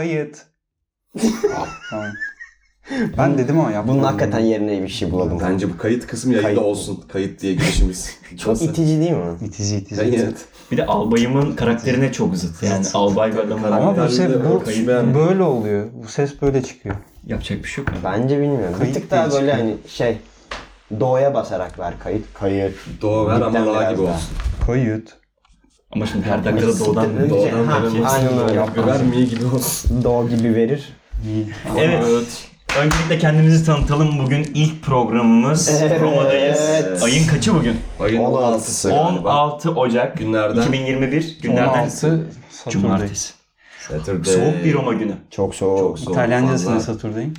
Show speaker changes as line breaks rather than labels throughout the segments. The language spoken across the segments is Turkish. Kayıt. tamam. Ben dedim ama yapmadım.
Bunun hakikaten yerine bir şey bulalım.
Bence bu kayıt kısmı yayında
Kayıt.
olsun. Kayıt diye girişimiz.
Çok itici değil mi?
itici itici.
Evet.
Bir de albayımın karakterine çok zıt. Yani albay bir adamın
Karakter-
Ama bu şey bu,
Kayıt beğenmedim.
böyle oluyor. Bu ses böyle çıkıyor.
yapacak bir şey yok.
Bence bilmiyorum.
Kayıt
bir tık daha
diye
böyle
çıkıyor.
hani şey Do'ya basarak ver kayıt. Kayıt.
Doğa ver ama
Bitten
la
biraz
gibi
daha.
olsun.
Kayıt.
Ama şimdi her dakikada doğudan
Siktir.
Doğudan
şey. Ha,
veremezsin.
aynen öyle.
Ve ver mi gibi olsun.
Do gibi verir.
Evet. Öncelikle kendimizi tanıtalım. Bugün ilk programımız.
Evet.
Roma'dayız. Ayın kaçı bugün?
Ayın
16'sı
16'sı galiba.
16 Ocak
Günlerden.
2021. Günlerden
16 Saturday.
Cumartesi.
Saturday.
Soğuk bir Roma günü.
Çok soğuk.
Çok soğuk.
İtalyancasına
vallahi.
Saturday'ın.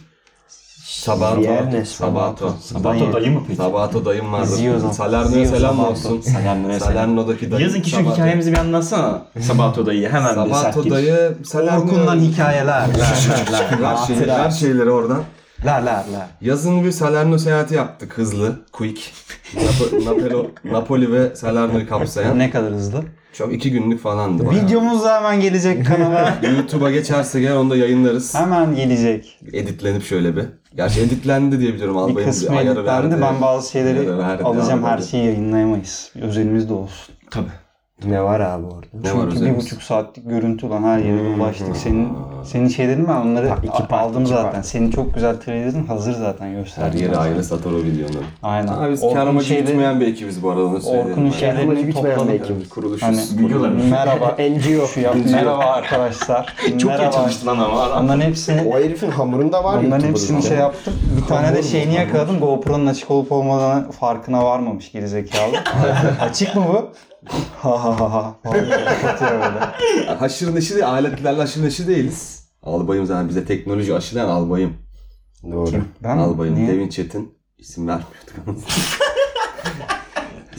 Sabato.
Viernes,
Sabato.
Sabato dayı mı peki?
Sabato dayım vardı.
Zio-
Salerno'ya
Zio
selam
Sabato.
olsun.
Salerno'ya selam.
Salernodaki dayı.
Yazın ki şu
Sabato.
hikayemizi bir anlatsana. Sabato dayı hemen bir sert
Sabato
giriş.
dayı Salerno.
Orkun'dan hikayeler. Ler ler ler.
Ver şeyleri, ver şeyleri oradan.
Ler ler ler.
Yazın bir Salerno seyahati yaptık hızlı, quick. Napo- Napelo, Napoli ve Salerno'yu kapsayan.
Ne kadar hızlı.
Çok iki günlük falandı bayağı.
Videomuz da hemen gelecek kanala.
YouTube'a geçerse gel onu da yayınlarız.
hemen gelecek.
Editlenip şöyle bir. Gerçi editlendi diye biliyorum
Bir
albayım
kısmı editlendi. Ben bazı şeyleri
Ayarı verdi,
alacağım. Her
ayarı verdi.
şeyi yayınlayamayız. Bir Özelimiz de olsun.
Tabii.
Ne var abi orada?
Ne var
Çünkü bir
özelimiz?
buçuk saatlik görüntü olan her yere ulaştık. Senin senin şeylerin var onları
iki part,
aldım
iki
zaten.
part.
Senin çok güzel trailerin hazır zaten
Her
gösterdim.
yere
ben sana.
ayrı satar o videoları.
Aynen. hani
Aa, biz
Orkun
kar amacı
şeyleri-
bitmeyen bir ekibiz bu arada. onu söyleyelim
Orkun'un
yani.
amacı
şeylerini
bitmeyen
topladık.
bir ekip.
Kuruluşuz.
Hani-
Videolar.
Merhaba.
NGO.
Şu yap- merhaba arkadaşlar.
Çok şey.
merhaba.
iyi çalıştı lan ama adam.
Onların hepsini
O herifin hamurunda var
Onların
YouTuber'ın
hepsini
ama.
şey yaptım. Bir tane de şeyini yakaladım. GoPro'nun açık olup olmadığını farkına varmamış gerizekalı. açık mı bu? Ha ha ha ha. Kapatıyor böyle.
şey- Haşır neşir değil, aletlerle haşır neşir değiliz. Albayım zaten bize teknoloji aşılayan albayım.
Doğru.
Ben
Albayım
niye?
Devin Çetin isim vermiyorduk anasını.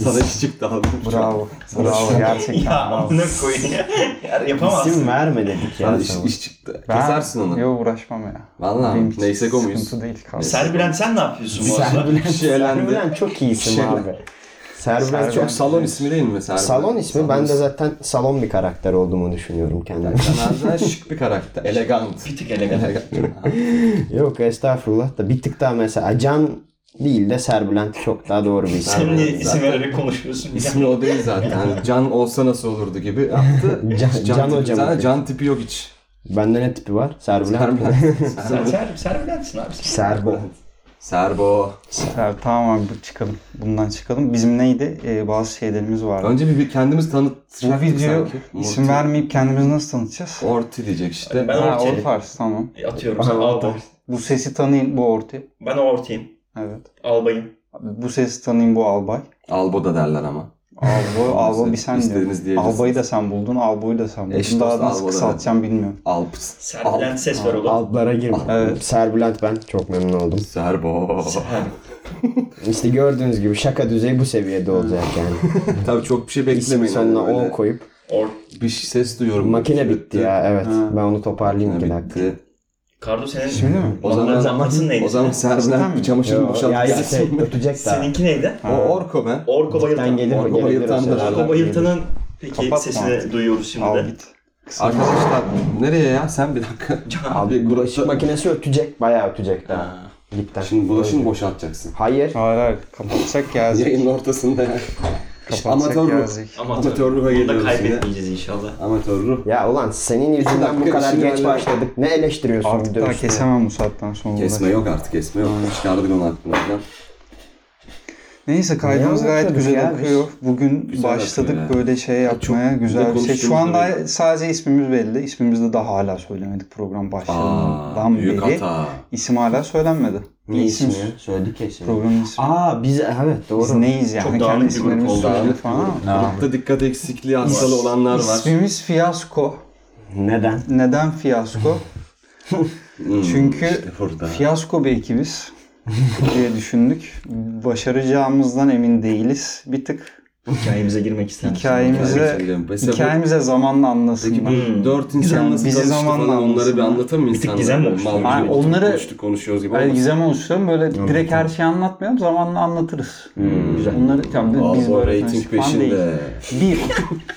Sana iş çıktı aldım.
Bravo. Bravo gerçekten.
Ya
bravo.
amına koyun ya. Ya yapamazsın.
İsim verme dedik ya.
Sana iş,
sana.
iş çıktı. Kesersin onu.
Yok uğraşmam ya.
Vallahi
Benim hiç
neyse komuyuz.
Sıkıntı değil kanka.
Serbülent sen ne yapıyorsun bu arada?
Bir şey elendi.
Serbülent çok iyi isim
Şeyler.
abi. Serbülent çok
Çok salon ismi değil mi Serbülent?
Salon ismi.
Salon
ben de zaten salon bir karakter olduğumu düşünüyorum kendimi.
Sen zaten şık bir karakter. Elegant.
Bir tık elegan.
Yok estağfurullah da bir tık daha mesela Can değil de Serbülent çok daha doğru bir isim.
Sen niye
Zaten-
isim vererek konuşuyorsun? Ya.
İsmi o değil zaten. Yani can olsa nasıl olurdu gibi yaptı.
Can- Can
tipi-
hocam.
zaten can tipi yok hiç.
Bende ne tipi var? Serbülent.
Serbülent.
Sen ser, serbülentsin abi.
Serbo.
Serbo.
Ser- Tamam abi bu çıkalım. Bundan çıkalım. Bizim neydi? Ee, bazı şeylerimiz vardı.
Önce bir, bir kendimiz
Bu
tanıtacaktık
video
sanki.
isim
Morty.
vermeyip kendimizi nasıl tanıtacağız?
Orti diyecek işte.
Ben
Ha,
Orti.
Orfars tamam.
E, Atıyorum sen albay.
Bu sesi tanıyın bu Orti.
Ben ortayım.
Evet.
Albayım.
Bu sesi tanıyın bu Albay.
Albo da derler ama.
Albo, Albo bir sen
İstediğiniz
diyorsun.
diyebilirsiniz.
Albayı da sen buldun, Albo'yu da sen buldun.
Eş dost
Daha nasıl
Albo da
kısaltacağım bilmiyorum.
Alps.
Serbülent ses ver oğlum.
Altlara girme.
Evet.
Serbülent ben. Çok memnun oldum.
Serbo.
İşte gördüğünüz gibi şaka düzeyi bu seviyede olacak yani.
Tabii çok bir şey
İsim
beklemeyin.
sonuna
Hani böyle
O koyup.
Or
Bir şey- ses duyuyorum.
Makine bitti ya evet.
Ha.
Ben onu toparlayayım bir
Makine
dakika.
bitti.
Kardo senin
Şimdi mi?
O zaman,
Onların zahmetsin neydi?
o zaman Serbülent bir çamaşırını
Yo, ya
boşaltıp
işte
gelsin.
ötecek daha.
Seninki neydi?
O Orko be.
Orko
Ben
Bayıltan.
gelir
Orko
gelir
Bayıltan
o
da
sefer.
Orko
Orko Bayıltan'ın peki
Kapatma
sesini
artık.
duyuyoruz şimdi
Al
de.
git.
Arkadaşlar nereye ya? Sen bir dakika.
Abi bulaşık makinesi ötecek. Bayağı ötecek daha.
Ha.
Dipten.
Şimdi bulaşığını boşaltacaksın.
Hayır.
Hayır hayır. Kapatacak gelecek.
Yayının ortasında ya.
Kapatacak
Amatör bu.
gelecek.
Ama
Amatör ruha
Bunu da
geliyoruz yine.
kaybetmeyeceğiz inşallah.
Amatör ruh.
Ya ulan senin yüzünden bu
dakika,
kadar
işini
geç
hallet.
başladık. Ne eleştiriyorsun
Artık
bir de
daha
üstüne?
kesemem bu saatten sonra.
Kesme yok artık kesme yok. Çıkardık onu aklımızdan.
Neyse kaydımız
Ne
gayet
anlatıyorduk
güzel
ya biz?
akıyor. Bugün
Güzel
başladık
akıyor ya.
böyle şey yapmaya. güzel bir şey. Şu
konuştuğumuz
anda
gibi.
sadece ismimiz belli. İsmimizi daha hala söylemedik program başladığından
Aa,
beri.
büyük hata.
İsim hala söylenmedi.
Ne
İsim-
ismi? Söyledik ya ismi.
Programın ismi.
Aa biz evet doğru.
Biz neyiz yani?
Çok dağınık
Kendi
bir grup
isimlerimizi
oldu.
söyledik
Dağınık
falan ama.
Grupta dikkat eksikliği hastalığı olanlar var.
İsmimiz Fiyasko.
Neden?
Neden Fiyasko?
Hmm,
Çünkü
işte burada.
Fiyasko bir ekibiz diye düşündük. Başaracağımızdan emin değiliz. Bir tık
Hikayemize girmek ister misin?
Hikayemize,
Hikayemize girelim. Mesela bu-
hikayemize zamanla
Peki bu
anlasınlar.
Hmm.
dört insan
Yani
nasıl
bizi
tanıştı
zamanla
falan onları bir
anlasınlar.
anlatamıyor
Bir tık gizem oluştu.
Ha, onları-
onları konuştuk, konuşuyoruz gibi
Böyle
olmasın.
gizem oluşturuyorum. Böyle direkt her şeyi anlatmayalım. Zamanla anlatırız.
Hmm,
Güzel.
Onları tamam
Abi
biz
bu
böyle
rating
tanıştık falan değil.
peşinde.
Bir,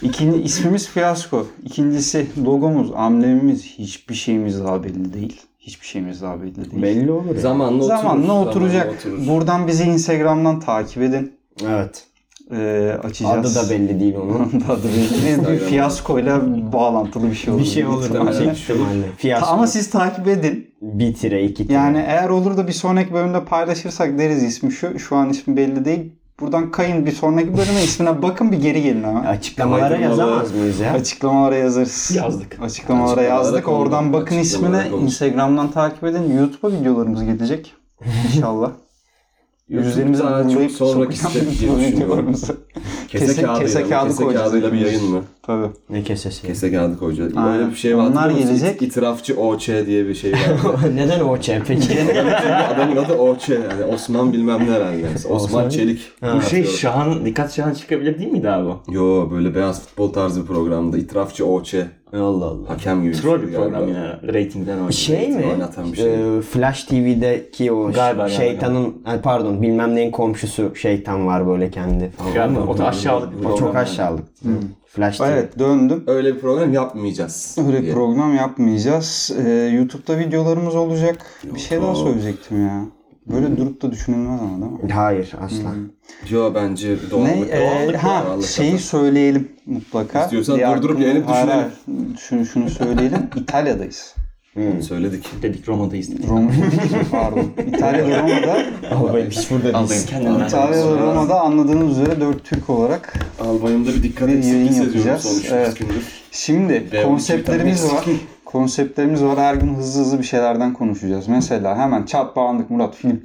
ikinci ismimiz Fiyasko. İkincisi logomuz, amblemimiz hiçbir şeyimiz daha belli değil. Hiçbir şeyimiz daha belli değil.
Belli olur ya.
Zamanla oturur.
Zamanla oturacak.
oturur.
Buradan bizi Instagram'dan takip edin.
Evet.
Ee, açacağız.
Adı da belli değil onun.
Adı belli. bir fiyaskoyla bağlantılı bir şey olur.
bir şey olur
muhtemelen.
da şey ihtimalle. Fiyasko.
Ama siz takip edin.
bitire iki tire.
Yani eğer olur da bir sonraki bölümde paylaşırsak deriz ismi şu. Şu an ismi belli değil. Buradan kayın bir sonraki bölüme ismine bakın bir geri gelin ama.
açıklamalara
Aydınlalı.
yazamaz mıyız ya?
Açıklamalara yazarız.
Yazdık.
Açıklamalara
Açıklamalara
yazdık.
konulur.
Oradan bakın
Açıklamalara
ismine.
konulur.
Instagram'dan takip edin. YouTube'a videolarımız gelecek. İnşallah. Yüzlerimizi
Daha çok
bulayıp
sonraki
sokacağım
step diye düşünüyorum.
videolarımızı.
Kese,
Kese-
kağıdıyla,
kese
mı?
kağıdı
kese
koyacağız.
kağıdıyla bir yayın mı?
Tabii.
Ne kesesi?
Kese kağıdı koyacağız.
Aynen.
Böyle bir şey var.
Onlar
hatırlıyor musun?
gelecek.
İtirafçı OÇ diye bir şey var.
Neden o çepeki?
Adamın adı OÇ. Yani Osman bilmem ne herhalde. Osman
Osman-
Çelik.
Bu şey Şahan, Dikkat Şahan çıkabilir değil miydi abi o?
Yo böyle beyaz futbol tarzı bir programda itirafçı OÇ.
Allah Allah.
Hakem gibi
Troll
şeydi
bir
galiba.
program yine. Ratingden oynuyor.
Şey mi?
Oynatan bir şey.
Ee, Flash TV'deki o
Galiba,
şeytanın Ha, pardon bilmem neyin komşusu şeytan var böyle kendi falan.
Galiba Şey, o da aşağılık bir
O
program
çok
yani.
aşağılık. Flash TV.
Evet döndüm.
Öyle bir program yapmayacağız.
Öyle
diye.
program yapmayacağız. Ee, YouTube'da videolarımız olacak. Bir şey daha söyleyecektim ya. Böyle durup da düşünülmez ama değil mi?
Hayır asla.
Yo bence
Ne?
doğallık.
Ee,
doğallık
ha,
doğallık
şeyi söyleyelim mutlaka.
İstiyorsan
Bir
durdurup
aklımda-
yayını
Hayır,
düşünelim.
hayır. Şunu, şunu söyleyelim. İtalya'dayız.
zaten. söyledik.
Dedik Roma'dayız dedik.
Roma, pardon. İtalya'da Roma'da,
Albayım hiç burada
Aldım
biz.
kendimden.
İtalya'da Roma'da anladığınız üzere dört Türk olarak.
Albayımda bir dikkat
Bir yayın
eksikliği seziyorum
yapacağız.
son 3
Evet.
gündür.
Şimdi
Ve
konseptlerimiz var. Konseptlerimiz var. Her gün hızlı hızlı bir şeylerden konuşacağız. Mesela hemen çat bağlandık Murat film.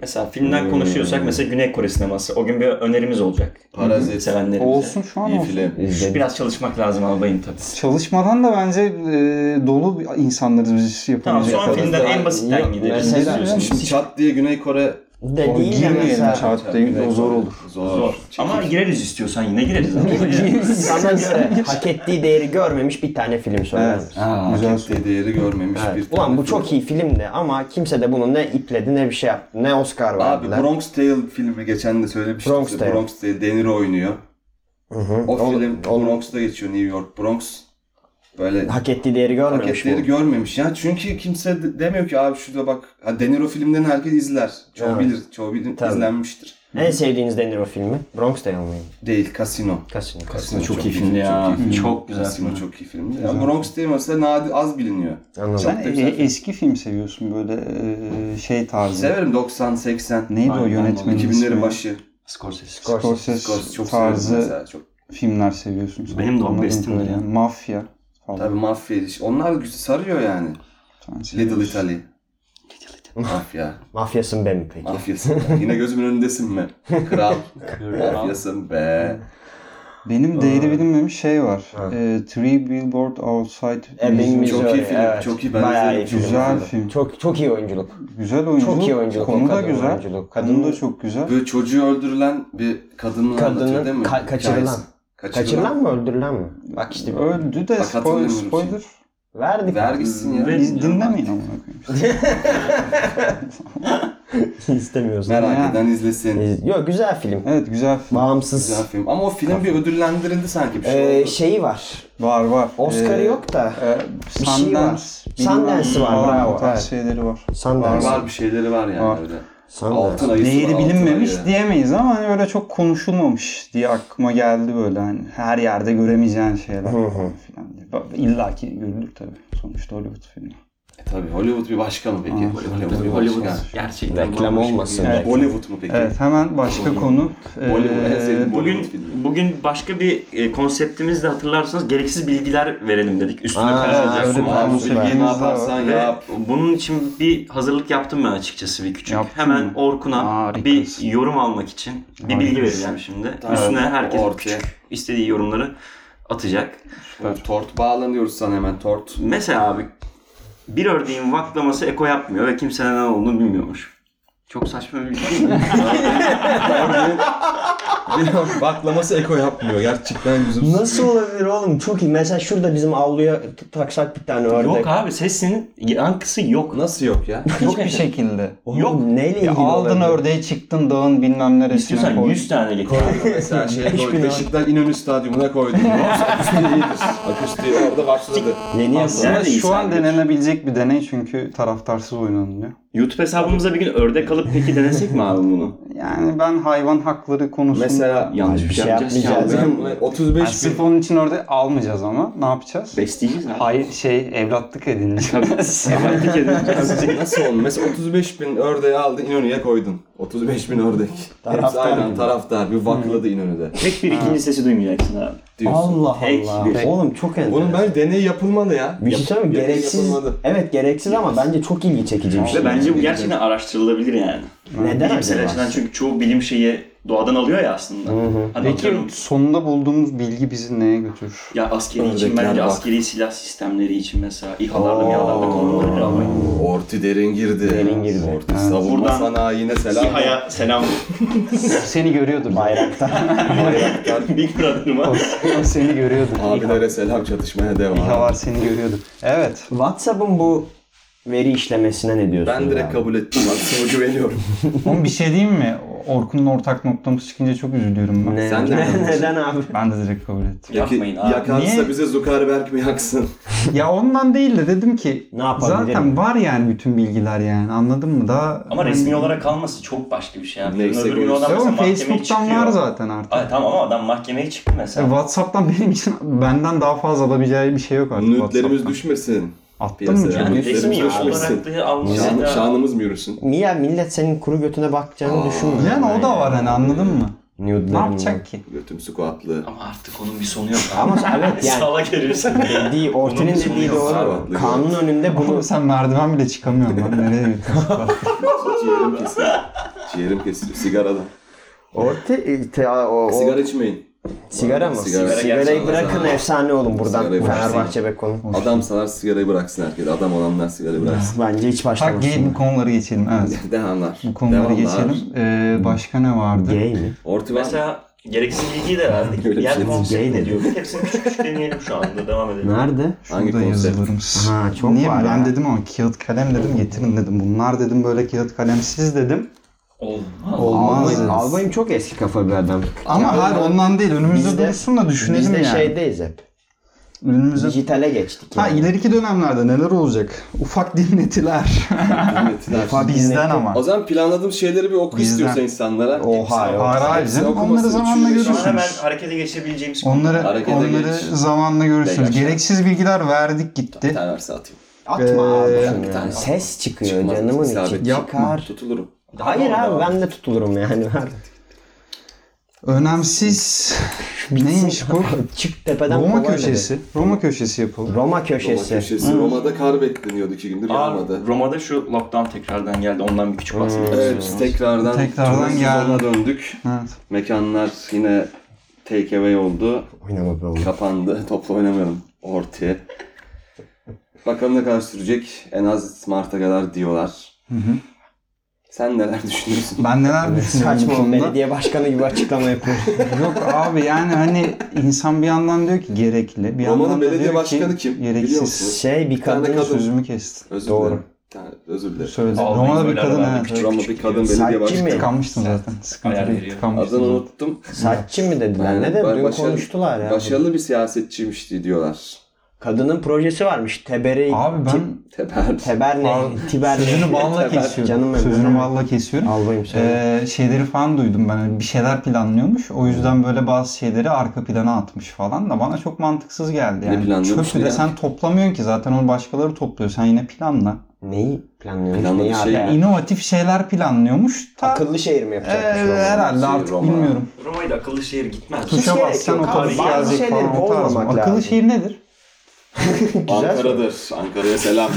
Mesela filmden konuşuyorsak mesela Güney Kore sineması. O gün bir önerimiz olacak.
Parazit.
Sevenlerimize.
Olsun şu an
İyi
olsun.
film.
Şu
İzledim.
Biraz çalışmak lazım albayım tabii.
Çalışmadan da bence e, dolu bir insanlarız biz
Tamam
yapabilecek.
şu an
kadar.
filmden en basitten
Yok,
gideriz.
mesela-
Ne diyorsun?
Şimdi Çat diye Güney Kore
De
O
değil de
girmeyelim
mesela.
çağ- Çat değil,
Güney
o zor
Kore.
olur.
Zor.
Zor. Ama gireriz istiyorsan yine gireriz. ama.
Sana göre hak ettiği değeri görmemiş bir tane film söylenir.
Evet. Güzel soru.
Diye değeri görmemiş bir
Evet. Ulan bu
film.
çok iyi film de ama kimse de bunu ne ipledi ne bir şey yaptı. Ne Oscar
Abi
verdiler.
Bronx Tale filmi geçen de söylemiştim.
Bronx
size.
Tale.
Bronx Tale. De Niro oynuyor. O, film
o-
Bronx'ta geçiyor New York. Bronx böyle
hak ettiği değeri görmemiş
paketleri
bu.
görmemiş ya. Çünkü kimse de- demiyor ki abi şurada bak. Ha, De Niro filmlerini herkes izler. Çoğu
Evet.
bilir. Çoğu bilir,
Tabii.
izlenmiştir.
En sevdiğiniz De Niro filmi? Bronx Tale mıydı?
Değil. Casino.
Casino.
Casino
çok iyi filmdi ya.
Çok iyi film.
Çok güzel
Casino
film.
çok iyi filmdi. Ya Bronx Tale mesela nadir, az biliniyor.
Anladım.
Sen
Çok da güzel
e-
film.
eski film seviyorsun böyle e, şey tarzı.
Severim 90, 80.
Neydi o
Aynen,
yönetmenin
2000'lerin
ismi?
başı.
Scorsese.
Scorsese,
Scorsese çok severim
tarzı
mesela. Çok
filmler seviyorsun. sen.
Benim de o
Anladığım
bestim öyle.
kadarıyla. Mafya falan.
Tabii mafya ilişki. Onlar güzel sarıyor yani.
Sen seviyorsun.
Little Italy. Mafya.
Mafyasın be mi peki?
Mafyasın be. Yine gözümün önündesin mi? Kral. Mafyasın be.
Benim değeri bilinmemiş şey var. E, Three Billboard Outside
E, benim
Missouri.
Çok iyi film.
evet.
Çok iyi. Ben
Bayağı
izledim.
iyi film.
Güzel film.
Çok çok iyi oyunculuk.
Güzel oyuncu.
Çok iyi oyunculuk.
Konu
o
da
kadın
güzel.
oyunculuk.
Kadın da çok güzel.
Böyle çocuğu öldürülen bir kadını
Kadının
anlatıyor değil mi?
ka- kaçırılan.
Hikayesi. Kaçırılan.
Kaçırılan mı öldürülen mi? Bak işte
Öldü de
Bak,
spoiler.
hatırlamıyorum
spoiler.
verdik.
Vergisin ya.
Ve-
Biz dinlemeyin ama.
İstemiyoruz.
Merak
Ya.
eden izlesin.
Biz- Yo Ee, güzel film.
Evet güzel film.
Güzel
Bağımsız.
film. Ama o film bir ödüllendirildi sanki bir şey
Ee,
oldu.
şeyi var.
Var var.
Oscar'ı
Ee,
yok da.
e,
Bir şey
Sundance,
var.
bilmem
Sundance'ı var,
falan
bravo,
o tarz
evet.
şeyleri var.
Sundance.
Var bir şeyleri var yani
Var.
öyle.
Sundance.
ayısı var,
Değeri
altın
bilinmemiş
ayı.
diyemeyiz ama hani böyle çok konuşulmamış diye aklıma geldi böyle hani her yerde göremeyeceğin şeyler falan filan diye. Ba- İlla ki görülür tabii. Sonuçta Hollywood filmi.
E tabii Hollywood bir başka mı peki? Hollywood bir
Hollywood
başka.
gerçekten.
Reklam
bambaşka.
olmasın.
Evet.
Bollywood mu peki?
Evet hemen başka konu.
Bollywood en
Ee,
sevdiğim Bollywood
Bugün
filmi.
bugün başka bir e, konseptimizle hatırlarsanız gereksiz bilgiler verelim dedik. Üstüne
Aa,
konuşacağız.
öyle bir
Abi,
konsept
ne
var.
yaparsan
Ve
yap.
bunun için bir hazırlık yaptım ben açıkçası bir küçük.
Yaptın
Hemen
mı?
Orkun'a
Harikasın.
bir yorum almak için bir bilgi
Harikasın.
vereceğim şimdi.
Tamam.
Üstüne herkes
Ortaya.
küçük istediği yorumları atacak.
Süper. Tort bağlanıyoruz sana hemen tort.
Mesela abi bir ördeğin vaklaması eko yapmıyor ve kimse ne olduğunu bilmiyormuş. Çok saçma bir bilgi değil mi?
Bir baklaması eko yapmıyor. Gerçekten güzel.
Nasıl olabilir oğlum? Çok iyi. Mesela şurada bizim avluya t- taksak bir tane ördek.
yok abi sesinin yankısı yok.
Nasıl yok ya?
Hiçbir şekilde.
Oğlum,
Yok.
Neyle ilgili
Ya aldın
olabilir?
ördeği çıktın dağın bilmem neresine
İstiyorsan
koy.
100 tane getir.
Mesela şey
Beş bin
koy,
lira.
Beşiktaş İnönü Stadyumu'na koydum. Akustiği iyidir. Akustiği orada başladı.
Deniyorsun.
Nerede
Şu
insan
an
gücü?
denenebilecek bir deney çünkü taraftarsız oynanılıyor.
YouTube hesabımıza bir gün ördek alıp peki denesek mi abi bunu?
Yani ben hayvan hakları konusunda...
Mesela
Yanlış
Abi
bir
bir
şey
şey
yapacağız.
yapmayacağız.
ya.
ben buna
Yani
35 bin
sırf onun için orada almayacağız ama. Ne yapacağız?
Besleyeceğiz abi.
Hayır şey evlatlık edineceğiz.
Semantik edeceğiz.
Nasıl oldu? Mesela 35 bin ördeği aldın İnönü'ye koydun. 35 bin ördek. Hepsi
Taraftar
aynen
gibi.
taraftar. Bir vakladı İnönü'de.
Tek bir ikinci sesi duymayacaksın abi.
Diyorsun.
Allah
Tek
Allah.
bir-
Oğlum çok enteresan.
Bunun bence deney yapılmalı ya.
Bir şey söyleyeyim mi?
Yap-
Gereksiz.
yapılmadı.
Evet gereksiz ama bence çok ilgi çekici bir şey.
Ve bence bu gerçekten araştırılabilir yani.
Neden
Bilimsel
acaba?
açıdan çünkü çoğu bilim şeyi doğadan alıyor ya aslında. Hadi
Peki
atıyorum,
sonunda bulduğumuz bilgi bizi neye götürür?
ya askeri için
Ördekler
bence
bak.
askeri silah sistemleri için mesela İHA'larda MİHA'larda kullanılabilir ama
Orti derin girdi.
Derin girdi.
Orti savunma
Buradan-
sanayine selam.
İHA'ya selam
Seni görüyordur.
Bayrakta.
Bayraktar.
Big Brother'ıma.
O seni görüyordur.
Abilere selam çatışmaya devam.
İHA var seni görüyordur. Evet.
WhatsApp'ın bu veri işlemesine ne diyorsun?
Ben direkt kabul ettim. Aksime güveniyorum.
Oğlum bir şey diyeyim mi? Orkun'la ortak noktamız çıkınca çok üzülüyorum ben.
Ne?
Sen de
ne,
kabul
neden abi?
Ben de direkt kabul ettim.
Yapmayın abi.
Yakarsa
Niye?
bize Zuckerberg mi yaksın?
ya ondan değil de dedim ki
Ne yapabilirim?
zaten var yani bütün bilgiler yani anladın mı? Daha hani
Ama resmi olarak kalması çok başka bir şey. Yani.
Neyse,
Öbür gün
görüşürüz.
adam mesela
Tamam
mahkemeye
Facebook'tan
çıkıyor.
var zaten artık.
Ay, tamam ama adam mahkemeye çıktı
E,
mesela.
WhatsApp'tan benim için benden daha fazla alabileceği bir şey yok artık
Nütlerimiz
WhatsApp'tan.
düşmesin.
Attın mı
piyasaya.
canım?
yani
Yani
resmi
Facebook
olarak
resmi.
da almışsın
Şan,
da.
şanımız mı yürüsün?
Niye millet senin kuru götüne bakacağını düşünmüyor.
Yani o da var hani anladın mı?
Nude'lerin
Ne yapacak ki?
Götüm squatlı.
Ama artık onun bir sonu yok.
Ama evet yani
Salak herifsin.
dediği, Orti'nin
Bunun bir
dediği
sonu yok.
doğru.
Sarvatlı
Kanun önünde bunu
Oğlum sen merdiven bile çıkamıyorsun lan. Nereye götürüyorsun?
Ciğerim kesiliyor. Ciğerim kesiliyor. Sigaradan.
e,
Orti te- o, o-
Sigara içmeyin.
sigara mı?
Sigara.
Sigarayı
Sigara
bırakın
gerçekten-
efsane olun buradan
Sigarayı bıraksın.
Fenerbahçe Beko'nun.
Adam sanar sigarayı bıraksın herkes. Adam olanlar sigarayı bıraksın.
Bence hiç
Tak gay bu
başlamasın.
konuları geçelim. Evet.
Devamlar.
Bu konuları geçelim. Ee, başka ne vardı?
Gay mi?
Orti var mı?
Mesela gereksiz bilgiyi de verdik.
Öyle bir şey
Yer
değil.
konsepti
Gay
de
dedi.
diyorduk. Hepsini küçük küçük deneyelim şu anda. Devam edelim.
Nerede?
Hangi
Burada
konsept?
yazılarımız.
Ha, çok
Niye?
var
ben
ya.
dedim ama kağıt kalem dedim getirin dedim. Bunlar dedim böyle kağıt kalemsiz dedim.
Olmaz.
Olmaz
Albayım,
dedim.
albayım çok eski kafa bir adam.
Ama hayır ondan değil. Önümüzde
Bizde-
dursun da düşünelim
Biz de şey-
yani.
şeydeyiz hep.
Önümüzde...
Dijitale geçtik.
Ha
yani.
ileriki dönemlerde neler olacak? Ufak dinletiler.
Dinletiler.
Ufak
Bizden
dinleti-
ama.
O zaman planladığım şeyleri bir oku
Bizden.
istiyorsa insanlara.
Oha
Hayır,
yok.
hayır
Hepsini
canım.
okumasın.
Onları zamanla
Üçünü beşini.
Şu an hemen
görürsünüz.
harekete geçebileceğimiz
Onları
Harekete
onları
geç.
zamanla görürsünüz.
Beyler.
Gereksiz bilgiler verdik gitti.
Bir tane verse atayım.
Atma abi.
Ee,
şunu
bir
ya.
tane-
Ses çıkıyor
Çıkmaz,
canımın
isabet.
içi.
Yapma.
Çıkar.
Tutulurum.
Hayır abi ben de tutulurum yani.
Önemsiz neymiş bu?
Çık tepeden
Roma
kovar dedi.
köşesi. Roma köşesi yapalım.
Roma
Roma
köşesi.
köşesi. Roma'da kar bekleniyordu iki gündür
Roma'da.
yağmadı.
Roma'da şu lockdown tekrardan geldi. Ondan bir küçük bahsedelim
Evet
istiyorsanız.
tekrardan,
Tekrardan
turun
geldi.
sezonuna döndük.
Evet.
Mekanlar yine take away oldu.
Oynama be oğlum.
Kapandı. Toplu oynamayalım. Orti. Bakalım ne kadar sürecek. En az Mart'a kadar diyorlar. Sen neler düşünüyorsun?
Ben neler düşünüyorum bu
Saçma oğlum,
konuda?
belediye başkanı gibi açıklama yapıyor.
Yok abi yani hani insan bir yandan diyor ki gerekli. Bir
Roma'nın
yandan da
belediye
diyor
başkanı
ki
kim? Biliyor
Gereksiz.
musunuz?
şey bir
tane
kadın
kadın.
Sözümü kestin.
Özür
Doğru.
dilerim. Yani özür dilerim.
Söyledim.
Ağlayın
Roma'da bir
böyle
kadın
arada
evet.
küçük.
Roma bir kadın belediye
Sakin mi?
başkanı.
Tıkanmıştım zaten. Sıkıntı
Ayar
değil.
veriyor.
Tıkanmıştım.
Adını
zaten.
unuttum.
Saatçi mi dediler? Ne de
Ba-
bugün
başarılı-
konuştular ya.
Başarılı bir siyasetçiymiş diyorlar.
Kadının projesi varmış. Teberi.
Abi ben
Teber.
Teber ne?
Abi,
Tiber ne?
sözünü balla
Teber.
kesiyorum.
Canım benim.
sözünü balla kesiyorum.
Albayım söyle.
Ee, şeyleri falan duydum ben. Hani Bir şeyler planlıyormuş. O yüzden böyle bazı şeyleri arka plana atmış falan da bana çok mantıksız geldi.
Ne
Yani
planlıyormuş
Çöpü de
ya?
sen toplamıyorsun ki zaten onu başkaları topluyor. Sen yine planla.
Neyi planlıyormuş?
Planladığı
Neyi
şey-
şey,
Yani inovatif şeyler planlanıyormuş. Ta,
Akıllı şehir mi
Ee,
yapacakmış? Roma?
herhalde
Şey,
artık
Roma.
bilmiyorum.
Roma'yı da akıllı şehir gitmez.
Hiç
Tuşa
gerek
bassan
yok abi.
otobüs
Bazı
gelecek
şeyleri
falan o tarz mı?
olmamak
Akıllı
lazım.
şehir nedir?
Ankara'dır. Ankara'ya selam.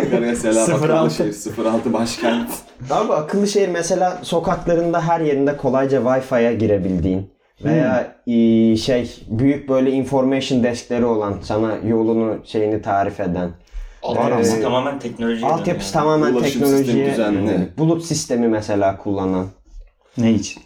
Ankara'ya selam.
06.
06. 06 başkent.
Abi akıllı şehir mesela sokaklarında her yerinde kolayca Wi-Fi'ye girebildiğin veya
Hmm.
e, şey büyük böyle information deskleri olan sana yolunu şeyini tarif eden
Var ama.
Altyapısı tamamen teknolojiye dönüyor.
Altyapısı tamamen
Ulaşım sistemi
teknolojiye.
düzenli.
Evet. Bulut sistemi mesela kullanan.
Ne için?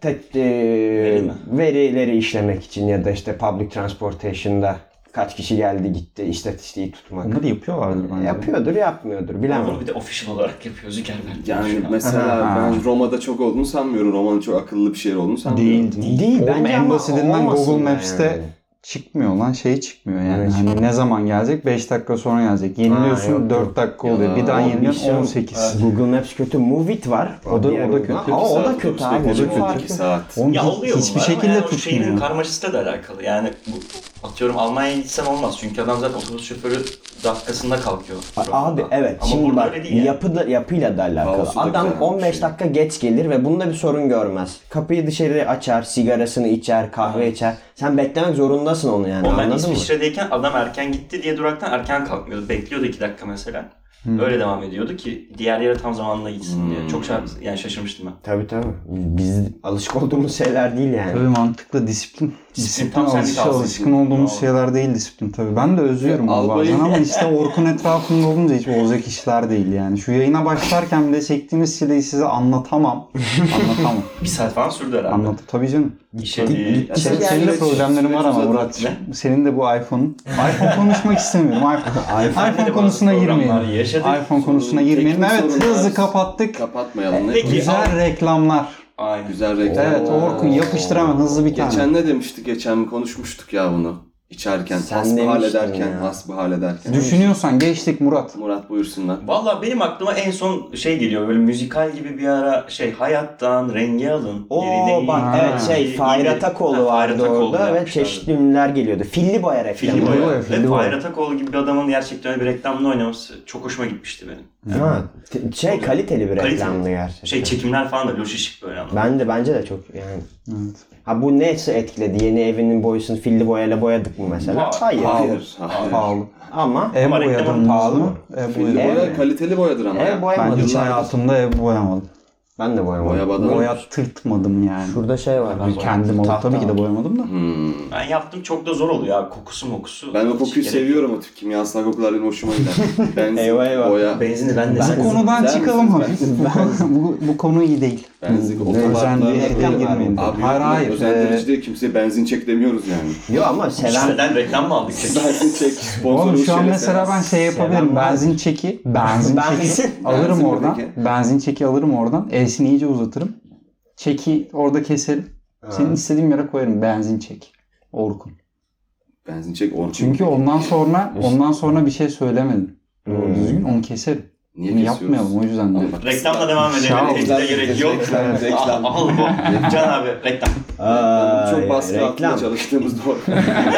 Tek, e,
mi?
verileri işlemek için ya da işte public transportation'da kaç kişi geldi gitti istatistiği tutmak.
Onları yapıyorlardır bence.
Yapıyordur yapmıyordur bilemem.
Bunu bir de official olarak yapıyor Zuckerberg.
Yani
Şuna.
mesela
Aha.
ben Roma'da çok olduğunu sanmıyorum. Roma'nın çok akıllı bir şehir olduğunu sanmıyorum.
Değil.
Değil, bence
Oğlum en
ama
basitinden
olmasın
Google
da
Maps'te
yani.
çıkmıyor lan şey çıkmıyor yani.
Evet.
Hani ne zaman gelecek? 5 dakika sonra gelecek. Yeniliyorsun
yok,
4
yok.
dakika oluyor. bir daha
Oğlum,
yeniliyorsun
şey-
18.
Google Maps kötü. Movit var.
O da-
diğer
o da
uygulama.
kötü.
Ama o
Saat
da kötü
otobüs
abi.
bekleyecek
Çok
olacak,
farkı.
iki saat.
Oğlum
Ya
hiç-
oluyor
hiçbir
bunlar ama
şekilde
yani o şeylerin
tutmuyor.
karmaşası da alakalı. Yani bu- atıyorum Almanya'ya gitsen olmaz. Çünkü adam zaten otobüs şoförü dakikasında kalkıyor.
Abi evet.
Ama
Şimdi
burada
bak
öyle değil yani.
yapıda, yapıyla da alakalı.
Kaosu da
Adam
güzel bir
15
şey.
dakika geç gelir ve bunda bir sorun görmez. Kapıyı dışarı açar, sigarasını içer, kahve içer. Sen beklemek zorundasın onu yani.
Ama ben şey-
anladın mı?
İsviçre'deyken adam erken gitti diye duraktan erken kalkmıyordu. Bekliyordu iki dakika mesela.
Hmm.
Öyle devam ediyordu ki diğer yere tam zamanında gitsin diye. Çok şa- yani şaşırmıştım ben.
Tabii tabii. Biz alışık olduğumuz şeyler değil yani.
Tabii mantıklı disiplin.
Disiplin
Disiplin
tam senlik
alışık,
aslında.
alışkın olduğumuz
Doğru.
şeyler değil disiplin tabii. Ben de özlüyorum bunu
Albayı-
bazen ama işte Orkun etrafında olunca hiç olacak işler değil yani. Şu yayına başlarken bile çektiğimiz şeyi size anlatamam. Anlatamam.
Bir saat falan sürdü herhalde.
Anlat tabii Şey canım.
İşe
Ya
Senin,
Sen-
senin de
Süreç-
problemlerin var ama
süreç
Murat.
uzadı.
Senin de bu iPhone'un. iPhone konuşmak istemiyorum. iPhone, iPhone,
de bazı
konusuna
programlar
girmeyelim.
yaşadık.
iPhone konusuna
Sorun-
girmeyelim.
teknik
Evet
sorunlar-
hızlı kapattık.
Kapatmayalım. Ne
Peki.
güzel,
Güzel reklamlar.
Aynen.
güzel reklam.
Evet Orkun yapıştır hemen hızlı bir tane.
Geçen ne demiştik? Geçen konuşmuştuk ya bunu. İçerken,
Sen
hasbihal
demiştin
ederken,
ya.
hasbihal ederken.
Düşünüyorsan geçtik Murat.
Murat buyursunlar.
Valla benim aklıma en son şey geliyor böyle müzikal gibi bir ara şey hayattan rengi alın.
Oo
geride iyi-
bak
Ha.
evet şey
iyi-
Fahir
iyi- Ha,
Atakoğlu
Fahir
vardı
Atakoğlu
orada ve
yapmışlardı.
çeşitli ünlüler geliyordu. Filli Boya reklamı.
Filli
Filli
boya.
boya, filli
Ve
boya.
Fahir Atakoğlu gibi bir adamın gerçekten öyle bir reklamda oynaması çok hoşuma gitmişti benim.
Ha, t- şey kaliteli bir
Kaliteli.
reklamdı gerçekten.
Şey çekimler falan da loş ışık böyle ama.
Ben de bence de çok yani. Ha bu neyse etkiledi? Yeni evinin boyasını filli boyayla boyadık mı mesela?
Var.
Hayır.
Hayır, hayır.
Pahalı.
Ama
Ev
Ama reklamın
boyadınız
pahalı
mı?
mı?
Ev
Filli
boyadım.
boya kaliteli boyadır ama.
ev
ya.
Ben
boyamadım.
hiç hayatımda ev boyamadım.
Ben de boyamadım.
Boyamadım.
Boyattırtmadım yani.
Şurada şey var.
Ben kendim olup
Tahta
tabii ki de
var.
boyamadım da.
Hmm.
Ben yaptım çok da zor oluyor abi kokusu mokusu.
Ben o
Hiç
kokuyu
gerek-
seviyorum o tip kimyasal kokular benim hoşuma gider. Benzin,
Eyvah, eyvah.
boya,
Benzini ben de
Bu
seviyorum.
konudan
Güzel
çıkalım
misiniz?
hafif. Bu, bu, bu konu iyi değil. Ee,
benzin,
Özendiği
otoparklar.
şekilde girmeyin.
Abi
hayır Ee, hayir.
Özendirici diye kimseye benzin çek demiyoruz yani.
Yo ama seven
Siteden reklam mı aldık?
benzin çek, sponsorun
Oğlum şu an
şerefine.
mesela ben şey yapabilirim.
Selam var.
Benzin çeki, benzin çeki
Benzin.
alırım
Benzin mi
oradan.
peki?
Benzin çeki alırım oradan. Elsini iyice uzatırım. Çeki orada keserim. Senin istediğin yere koyarım benzin çek. Orkun.
Benzin çek Orkun.
Çünkü ondan sonra ondan sonra bir şey söylemedim.
Hmm.
Doğru düzgün onu keserim.
Niye
Bunu
kesiyoruz?
yapmayalım o yüzden
Ama
de.
bak,
Reklamla devam
Sağ
edelim.
ol.
Tekniğe gerek yok.
Reklam, reklam.
Aa, Al bu. Can abi reklam.
Aa,
Ee,
Çok baskı altında
reklam.
çalıştığımız doğru.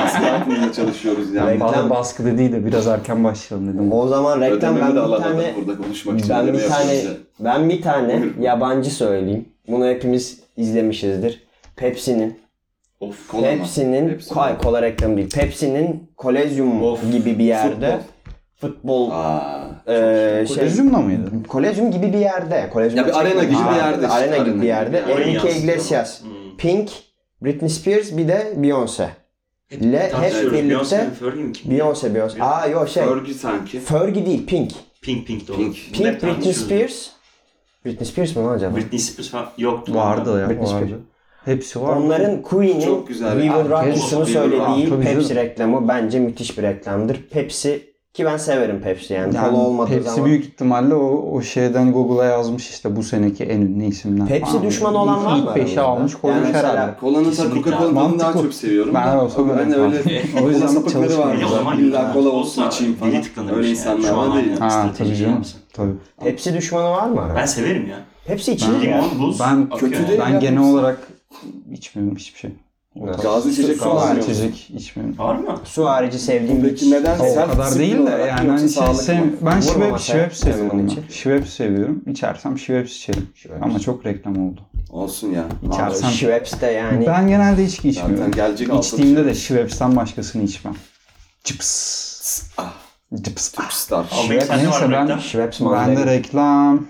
baskı altında çalışıyoruz yani.
Reklam.
Fazla baskı dediği de biraz erken başlayalım dedim.
O zaman reklam
Ödememi
ben
de
bir
alamadım
tane
burada konuşmak için.
ben
ödeme
bir tane
yapıyoruz
ben bir tane
Buyurun.
yabancı söyleyeyim. Bunu hepimiz izlemişizdir. Pepsi'nin
ya. Of, kola mı?
Pepsi'nin
Pepsi.
hayır, kola reklamı değil. Pepsi'nin kolezyum
Of,
gibi bir yerde futbol,
Aa,
eee, şey
Kolezyumla mıydı?
kolezyum gibi bir yerde. Kolezyum
Ya bir
açık
arena
mı?
gibi bir
Aa,
yerde işte,
Arena
arena
gibi
gibi
bir
bir
yerde.
yerde.
Enrique
Oraya
Iglesias,
Hmm.
Pink, Britney Spears bir de Beyoncé.
E,
Le hep
Tartışıyoruz. Beyoncé
birlikte
mi, Fergie mi kim?
Beyoncé Beyoncé. Aa yok şey.
Örgü sanki.
Fergie değil Pink.
Pink Pink doğru.
Pink.
Bunu hep
Pink Britney
tartışıyoruz.
Spears. Britney Spears mı lan acaba?
Britney Spears falan yoktu.
Vardı ya
Britney Spears.
vardı. Hepsi var.
Onların
Çok
Queen'in
güzel.
We Will Rock
Herkes
You'sunu
We Will Rock.
söylediği
Tabii
Pepsi
canım.
reklamı bence müthiş bir reklamdır. Pepsi ki ben severim Pepsi yani.
Yani
Kola olmadığı
Pepsi
zaman.
büyük ihtimalle o, o şeyden Google'a yazmış işte bu seneki en ünlü isimler.
Pepsi
falan.
düşmanı olan var mı
İlk beşe
aramızda?
almış koymuş
Yani mesela
herhalde.
Kolanın tadı
Kesinlikle.
Coca-Cola'dan daha
Mantıklı.
çok seviyorum.
Ben de olsa
ben de
böyle-
öyle
O
kola
yüzden
sapıkları var.
çalışmıyorum.
Ya o zaman
İlla kola olsun
olsa
içeyim falan.
deli tıkanır
Öyle
yani. Şu
insanlar
an
değil.
aynen.
Ha tabii
Strateji
canım.
yapsın.
Tabii.
Pepsi düşmanı var mı?
Ben severim ya.
Pepsi içilir ya.
Limon, buz.
Ben
akıyor.
kötü değil.
ben
ya,
genel
Pepsi.
olarak içmiyorum hiçbir şey. O tarz.
Gazlı içecek
Gazlı
falan
Gazlı
yok.
içecek içmiyorum.
Var mı?
Su harici sevdiğim bir şey.
Peki neden
O
self
kadar değil de yani hani şey, sev- ben
Vurma
Schweppes
masaya,
Schweppes seviyorum.
onun
ben.
için.
Schweppes seviyorum. İçersem Schweppes içerim.
Schweppes.
Ama çok reklam oldu.
Olsun ya.
İçersen
İçersem-
Schweppes de yani.
Ben genelde içki içmiyorum.
Zaten gelecek altı
İçtiğimde de Schweppes'ten başkasını içmem. Cips.
Ah.
Cips.
Star.
Almak sende var
Şey Neyse
mı
ben-
reklam?
Schweppes
Ben de
mandalina.
reklam.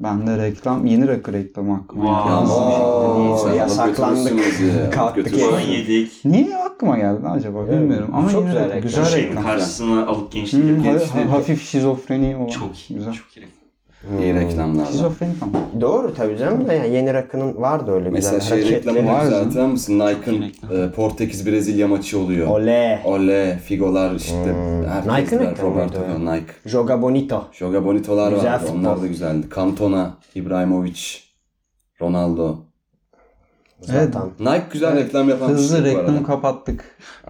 Ben de reklam. Yeni rakı reklamı aklıma.
Vay.
geldi.
Oo,
Sen
yasaklandık.
götürürsünüz ya.
Kalktık
şey-
Götürürsünüz.
Soğan yedik.
Niye ya? aklıma geldi lan acaba bilmiyorum. Ama
çok
yine
güzel
de
reklam.
güzel
Şeyin
reklam.
Şey, karşısına alıp
Hı,
gençlik hmm,
ha- ha- hafif şizofreni olan.
Çok iyi.
Güzel.
Çok iyi. reklam.
İyi reklamlar. var.
Şizofrenik ama.
Hmm. Doğru tabii canım da yani yeni rakının vardı öyle güzel
Mesela şey reklamı
hareketleri.
var
Var canım.
zaten mısın? Nike'ın
Çok iyi
e, Portekiz Brezilya maçı oluyor.
Ole.
Ole, Figolar işte. herkesler,
Nike'ın Hmm. reklamı
Roberto
mıydı o ya?
Carlos, Nike.
Joga Bonito.
Joga Bonito'lar
Güzel
vardı.
futbol.
Onlar da güzeldi. Cantona, Ibrahimovic, Ronaldo.
Evet.
Zaten.
Nike güzel reklam yapan
Hızlı
bir şey bu arada.
reklamı kapattık.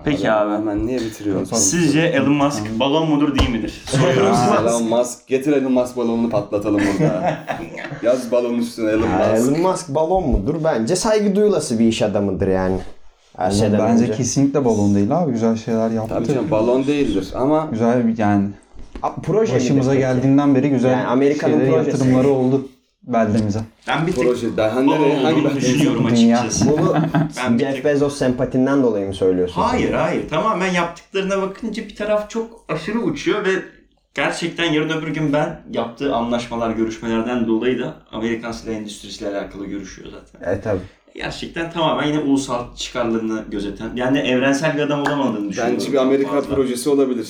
Peki abi.
Hemen niye bitiriyoruz?
Sizce Elon Musk balon mudur değil midir? Soruyorum size.
Elon Musk. Getir Elon Musk balonunu patlatalım burada. Yaz balonun üstüne Elon
Ya
Musk.
Elon Musk balon mudur? Bence saygı duyulası bir iş adamıdır yani. Her şeyden
bence
önce.
kesinlikle balon değil abi. Güzel şeyler
Tabii
yaptı.
canım balon değildir ama
Güzel bir yani
A, proje midir
başımıza
peki?
geldiğinden beri güzel
Yani Amerika'nın
şeylere
projesi.
yatırımları oldu beldemize.
Ben bir tık
proje daha
balon
nereye hangi
olduğunu düşünüyorum
Dünya.
açıkçası.
Bunu
Ben bir
Jeff
tık...
Bezos sempatinden dolayı mı söylüyorsun?
Hayır hayır. Tamamen yaptıklarına bakınca bir taraf çok aşırı uçuyor ve gerçekten yarın öbür gün ben yaptığı anlaşmalar, görüşmelerden dolayı da Amerikan silah endüstrisiyle alakalı görüşüyor zaten.
E tabii.
Gerçekten tamamen yine ulusal çıkarlarını gözeten, yani evrensel bir adam olamadığını düşünüyorum.
Bence bir Amerika
Fazla.
projesi olabilir.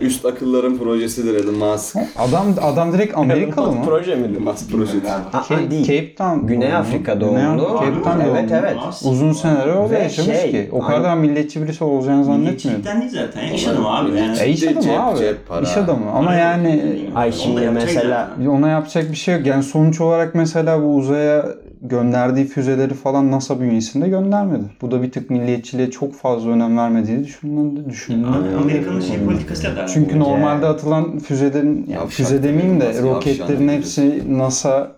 Üst akılların projesidir Elon Musk.
Adam adam direkt Amerikalı mı?
Proje
Elon
midir?
Musk projesi.
Aa,
Cape,
değil.
Cape Town
Güney
doğumlu.
Afrika
Güney-
doğumlu.
Cape Town
Evet,
doğumlu.
evet.
Uzun seneler orada
Ve
yaşamış
şey,
ki. O
aynı-
kadar milliyetçi birisi olacağını zannetmiyorum.
Milliyetçilikten değil zaten. Ya, iş adamı abi. Yani. şey
E iş
Cep-
adamı
cep-
abi.
cep para.
İş adamı. Ama yani
Ay şimdi
Onu da yapacak
mesela-
zaten.
Ona yapacak bir şey yok. Yani sonuç olarak mesela bu uzaya gönderdiği füzeleri falan NASA bünyesinde göndermedi. Bu da bir tık milliyetçiliğe çok fazla önem vermediği düşünülen
Abi
düşünülen.
Amerika'nın şey politikası da
Çünkü
Bence-
normalde atılan füzelerin yani
Hmm. Yavşak
füze
demeyelim,
demeyeyim de
nasıl
roketlerin
yavşak
hepsi NASA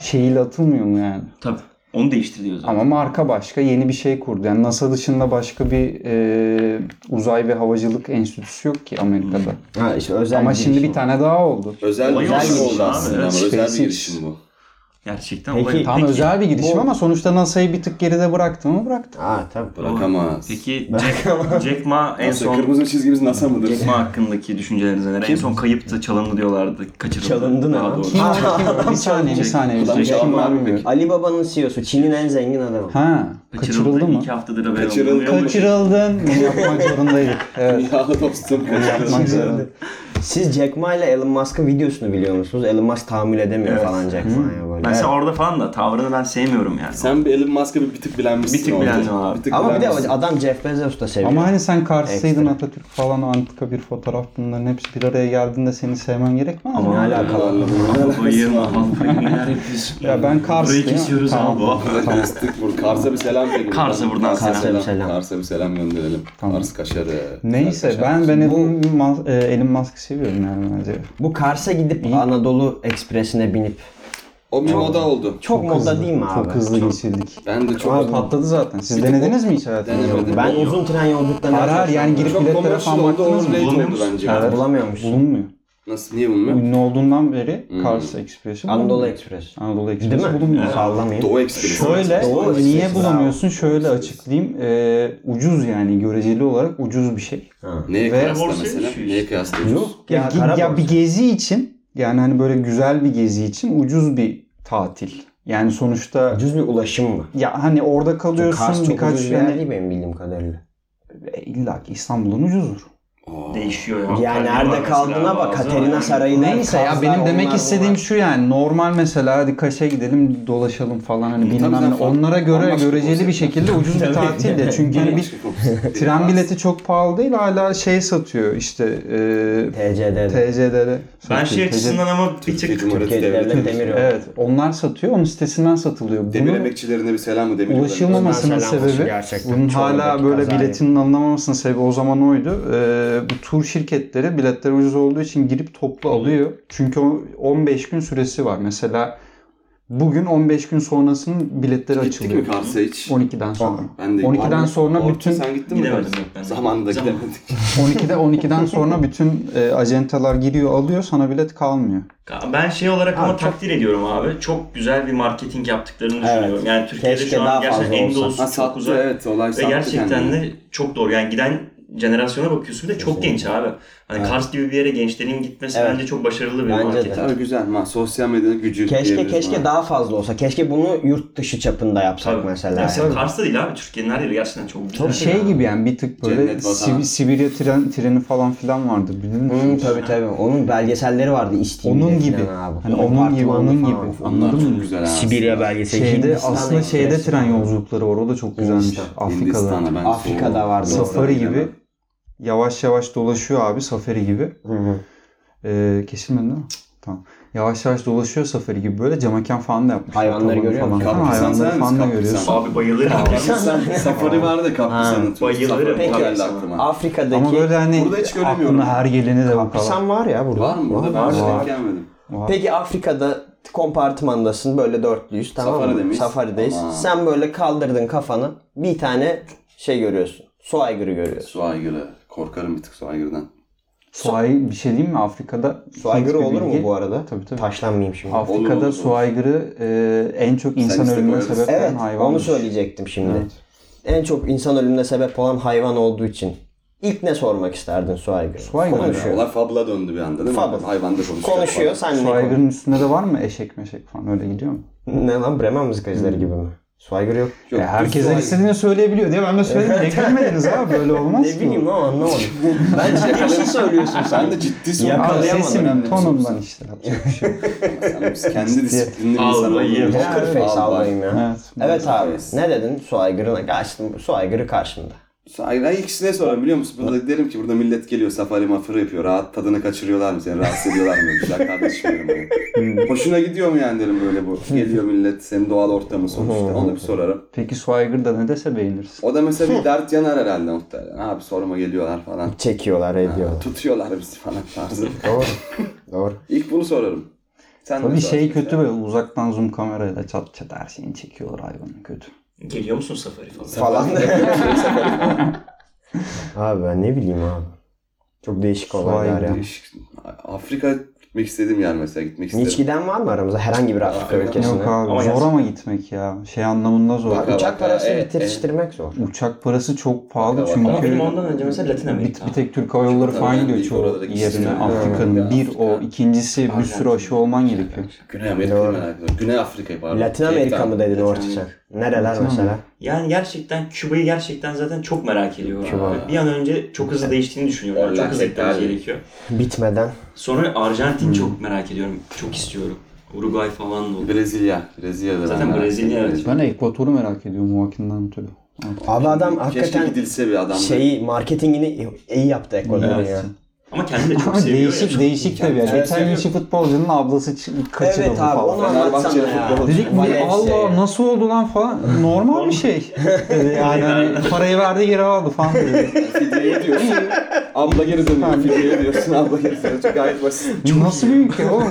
şeyiyle atılmıyor mu yani?
Tabii. Onu değiştiriyor zaten.
Ama marka başka yeni bir şey kurdu. Yani NASA dışında başka bir e, uzay ve havacılık enstitüsü yok ki Amerika'da.
Hmm.
Ha işte özel
Ama
bir şey.
şimdi
iş
bir
bu.
tane daha oldu.
Özel bir
Olay
girişim
olsun
oldu
abi.
aslında ama
Evet,
özel bir
SpaceX.
girişim bu.
Gerçekten
Peki,
olay.
Tam
Peki-
özel bir girişim
bu-
ama sonuçta NASA'yı bir tık geride bıraktı mı? Bıraktı.
Ha tabii.
Bırakamaz.
Peki Jack, Jack Ma en
Nasıl,
son
Kırmızı çizgimiz NASA mıdır?
Jack Ma hakkındaki düşünceleriniz neler? En son kayıptı, çalındı diyorlardı. Kaçırıldı.
Çalındı ne
Daha
lan?
doğrusu.
Kim var? Kim var? Bir saniye, bir saniye. Bir
Şey
saniye. Kim var bilmiyorum.
Ali Baba'nın CEO'su E Çin'in en zengin adamı.
Ha,
Kaçırıldı
kaçırıldı
mı?
mı?
İki haftadır haber
Kaçırıldı.
olmuyor.
Kaçırıldın. Bunu yapmak zorundaydık. Evet.
Yağlı dostum.
Yapmak zorunda.
Siz Jack Ma ile Elon Musk'ın videosunu biliyor musunuz? Elon Musk tahammül edemiyor
Evet.
falan Jack Ma'ya böyle.
Mesela
Evet.
orada falan da tavrını ben sevmiyorum yani.
Sen bir Elon Musk'a bir, bir tık bilenmişsin.
Bir tık
orada.
bilendim abi.
Bir tık
Ama bir de
bilenmişsin.
adam Jeff Bezos da seviyor.
Ama hani sen karşısaydın
Ekstra.
Atatürk falan antika bir fotoğraf bunların hepsi bir araya geldiğinde seni sevmen gerekmez mi?
ne alakalı?
Kafayı kafayı neler yapıyorsun?
Ya ben Karslıyım.
Burayı kesiyoruz
Tamam.
abi.
Tık vur. Kars'a bir selam peki.
Kars'a buradan
Kars'a
selam.
bir selam. Kars'a bir selam gönderelim.
Tamam.
Kars kaşarı.
Neyse
Kaşar.
ben ben Elon, Mas- e, Elon Musk'ı seviyorum yani bence.
Bu Kars'a gidip Anadolu Ekspresi'ne binip.
O bir moda oldu.
Çok, moda
hızlı,
değil mi abi?
Çok hızlı geçildik.
Ben de çok
Çok patladı zaten. Siz denediniz mi hiç hayatınızda?
Denemedim.
Ben uzun tren yolculuklarına
Hayır hayır yani girip
Çok
biletlere
commercial
falan
oldu.
baktınız mı?
Overrated
Bulamıyor
oldu
musun?
bence.
Evet.
bulamıyormuş.
Bulunmuyor.
Nasıl? Niye bulunmuyor?
Ünlü olduğundan beri
Hmm.
Kars Express'i
Anadolu
bulunmuyor.
Ekspresi.
Anadolu
Değil
Ekspresi
mi?
bulunmuyor.
Sallamayın.
Doğu Ekspresi.
Şöyle
Doğru.
niye bulamıyorsun? Şöyle açıklayayım. Ee, ucuz yani göreceli olarak ucuz bir şey.
Neye
Ve-
kıyasla
Borsa
mesela?
düşüyor
Neye
işte.
kıyaslıyoruz?
Yok
Ya,
ya,
gi-
kara
ya
borsa.
bir gezi için yani hani böyle güzel bir gezi için ucuz bir tatil. Yani sonuçta
Ucuz bir ulaşım mı?
ya hani orada
Kars
kalıyorsun
çok
birkaç
ucuz bir yer
yani
değil benim bildiğim kadarıyla.
E, illa ki İstanbul'un ucuzudur.
Oo.
Değişiyor ya.
Yani nerede kaldığına bak. Katerina Sarayı'na
Neyse ya
Karslar,
benim demek
onlar
istediğim
bunlar.
şu yani normal mesela hadi Kaş'a gidelim dolaşalım falan
E,
hani
Tabii
bilmem ne
zaten farklı-
onlara göre
bambaşka
göreceli bir
konsept.
şekilde ucuz bir
Tabii.
tatil de çünkü hani bir Tren bileti çok pahalı değil hala şey satıyor işte e,
TCD'de.
TC'leri.
Ben
satıyor.
şey
TC
açısından ama bir
Türkiye
tık
Cumhuriyeti
Türkiye
Devleti.
Devlet Demir Yolu.
Evet onlar satıyor onun sitesinden satılıyor.
Demir
Bunun
emekçilerine bir selam mı? Demir yollarına?
ulaşılmamasının
Ondan selam olsun
sebebi
gerçekten.
bunun
Çoğundaki
hala böyle
kaza
biletinin alınamamasının sebebi o zaman oydu. E, bu tur şirketleri biletler ucuz olduğu için girip toplu alıyor. Çünkü o 15 gün süresi var. Mesela bugün 15 gün sonrasının biletleri
Gittik mi
açılıyor.
Kars'a hiç?
12'den sonra.
Ben de
12'den sonra
Orkun,
bütün
sen gittin mi?
gidemedim
Kars'a?
yok ben. de.
Zamanında
Zaman-
gidemedik.
12'de 12'den sonra bütün e, acentalar giriyor alıyor sana bilet kalmıyor.
Ben şey olarak
Abi
ama
çok-
takdir ediyorum abi. Çok güzel bir marketing yaptıklarını düşünüyorum.
Evet.
Yani Türkiye'de
Keşke
şu
daha
an gerçekten
fazla
en
olsa.
dolusu
Ha
çok
sattı
uzak.
evet olay
Ve
sattı
gerçekten
kendini.
de çok doğru. Yani giden jenerasyona bakıyorsun bir de çok genç abi. Hani
Evet.
Kars gibi bir yere gençlerin gitmesi
Evet.
bence çok başarılı bir
Bence de.
hareket.
Tabii güzel. Ma, sosyal medya gücü
Keşke
diyebiliriz
keşke
buna.
daha fazla olsa. Keşke bunu yurt dışı çapında yapsak
Tabii.
mesela.
Yani
yani.
sen Kars'ta değil abi Türkiye'nin her yeri gerçekten çok güzel.
Tabii.
Şey gibi yani bir tık böyle
Cennet vatan.
Sibi- Sibirya tren, treni falan filan vardı bildin mi?
Hı, Hmm, tabii tabii. Onun belgeselleri vardı İstinye'de
Onun gibi.
falan abi.
Hani onun gibi,
Apartmanda
onun
falan.
gibi.
Onlar
Anladın
çok
mı?
güzel abi.
Sibirya belgeseli.
Şeyde
Hindistan
aslında şeyde
Ekspresi.
tren yolculukları var. O da çok güzelmiş.
Hindistan.
Afrika'da.
Hindistan'a ben
Afrika'da
soğudum.
vardı.
Safari gibi yavaş yavaş dolaşıyor abi. Safari gibi.
Hı hı.
Ee, kesilmedi değil mi? Cık, Tamam. Yavaş yavaş dolaşıyor safari gibi böyle cam mekan falan da yapmış.
Hayvanları görüyor musun?
Falan.
Kaplısan
Hayvanları
sen
falan da
misin?
görüyorsun.
Kaplısan.
Abi bayılırım.
Kaplısan- Safari vardı Kaplısan'ın.
Bayılırım.
Safari
Peki.
geldi aklıma.
Afrika'daki
Ama böyle hani
Burada hiç göremiyorum.
aklına her geleni de bakalım.
Kapısan var ya burada.
Var mı burada? Ben
Var.
hiç
Var.
denk gelmedim.
Peki Afrika'da kompartmandasın böyle dörtlüyüz tamam mı?
Safari'deyiz.
Safari'deyiz.
Aman.
Sen böyle kaldırdın kafanı bir tane şey görüyorsun. Su aygırı görüyorsun.
Su aygırı. Korkarım bir tık su aygırdan.
Suay bir şey diyeyim mi Afrika'da?
Su aygırı
ilginç bir
olur mu
bilgi.
bu arada?
Tabii tabii.
Taşlanmayayım şimdi.
Afrika'da
Olur, olur,
su
olur.
aygırı e, en çok insan
istek
ölümüne
koyarız.
sebep olan
Evet
hayvan.
onu söyleyecektim şimdi. En çok insan ölümüne sebep olan hayvan olduğu için ilk ne sormak isterdin su aygırı?
Su aygırı.
Konuşuyor.
Olay fabla döndü bir anda değil mi?
Fabul.
Hayvan da konuşuyor.
Konuşuyor
falan.
sen ne
Su
konuş-
aygırın üstünde de var mı eşek meşek falan öyle gidiyor mu?
Ne lan Bremen müzikacıları gibi mi? Su aygırı yok.
Yok,
Ya
su
herkesin
aygırı.
istediğini söyleyebiliyor diye ben de söyledim. Ne gülmediniz abi böyle olmaz
Ne
ki.
bileyim ama anlamadım.
Ben ciddi bir şey söylüyorsun. Sen de ciddi söylüyorsun.
Abi
Yakalayamadım.
sesim
Önemli bir
tonundan
şey.
işte yapacak bir şey. yok.
Sen kendi disiplinli bir insan
Albayım.
olduğun için-
Poker face albayım ya.
Evet.
Evet abi.
Evet.
Ne dedin? Su aygırına karşısında. Su aygırı karşımda.
Hayır, hayır ikisine sorarım biliyor musun? Burada derim ki burada millet geliyor safari mafırı yapıyor. Rahat tadını kaçırıyorlar mı seni? Rahatsız ediyorlar mı? Güzel kardeşim derim
Hmm.
böyle. Hoşuna gidiyor mu yani derim böyle bu. Geliyor millet senin doğal ortamı
Hmm.
sonuçta. Onu bir sorarım.
Peki su aygırı da ne dese beğenirsin.
O da mesela bir dert yanar herhalde muhtemelen. Abi sorma geliyorlar falan.
Çekiyorlar ediyorlar.
Tutuyorlar bizi falan tarzı.
Doğru. Doğru.
İlk bunu sorarım. Sen ne
Tabii şey
sorarsın?
kötü böyle uzaktan zoom kamerayla çat çat her şeyini çekiyorlar hayvanı kötü.
Geliyor musun safari falan?
Falan. abi ben ne bileyim abi. Çok değişik olaylar ya.
Değişik. Afrika gitmek istediğim yer mesela gitmek isterim.
Hiç giden var mı aramızda? Herhangi bir Afrika
Yok
ülkesine.
Yok abi
Ama
zor
yaz-
ama gitmek ya. Şey anlamında zor.
Bak-
Uçak parası
E, e.
bitiriştirmek zor.
Uçak parası çok pahalı
Bak-
Ama
çünkü
benim ondan önce mesela Latin
bir,
Amerika.
bir tek Türk Hava Yolları falan
Tabii,
gidiyor
değil,
çoğu
oradaki
yerine
sistemi.
Afrika'nın.
Evet.
Bir o.
Afrika.
ikincisi bir sürü aşı olman
Şey
gerekiyor.
Güney Amerika'yı
Doğru.
merak ediyorum. Güney Afrika'yı pardon.
Latin
Cape
Amerika
Town.
mı dedin
Latin
ortaya?
Amerika.
Nereler
Latin
mesela?
Yani gerçekten Küba'yı gerçekten zaten çok merak ediyorum.
Küba.
Bir an önce çok hızlı değiştiğini düşünüyorum.
Vallahi
çok hızlı gitmemiz
tekrar-
gerekiyor.
Bitmeden.
Sonra Arjantin
Hmm.
çok merak ediyorum. Çok istiyorum. Uruguay falan da olur.
Brezilya. Brezilya'da.
Zaten Brezilya, evet.
Ben Ekvator'u merak ediyorum o hakinden ötürü.
Abi adam
Keşke
hakikaten şey-
gidilse bir adam.
şeyi marketingini iyi yaptı Ekvador ya.
Ama kendi de çok
Ama
seviyor ya.
değişik değişik tabii ya.
Evet,
Geçen günkü futbolcunun ablası çı- kaçırıldı
Evet abi
falan.
onu anlatsana
Fenerbahçe
ya.
futbol-
Dedik bu
Valencia
Allah
ya.
nasıl oldu lan falan. Normal bir şey. Dedi yani hani parayı verdi geri aldı falan dedi.
Fidye ediyorsun. abla geri dönüyor. Fidye ediyorsun. Abla geri dönüyor. Çok gayet basit.
nasıl bir ülke oğlum?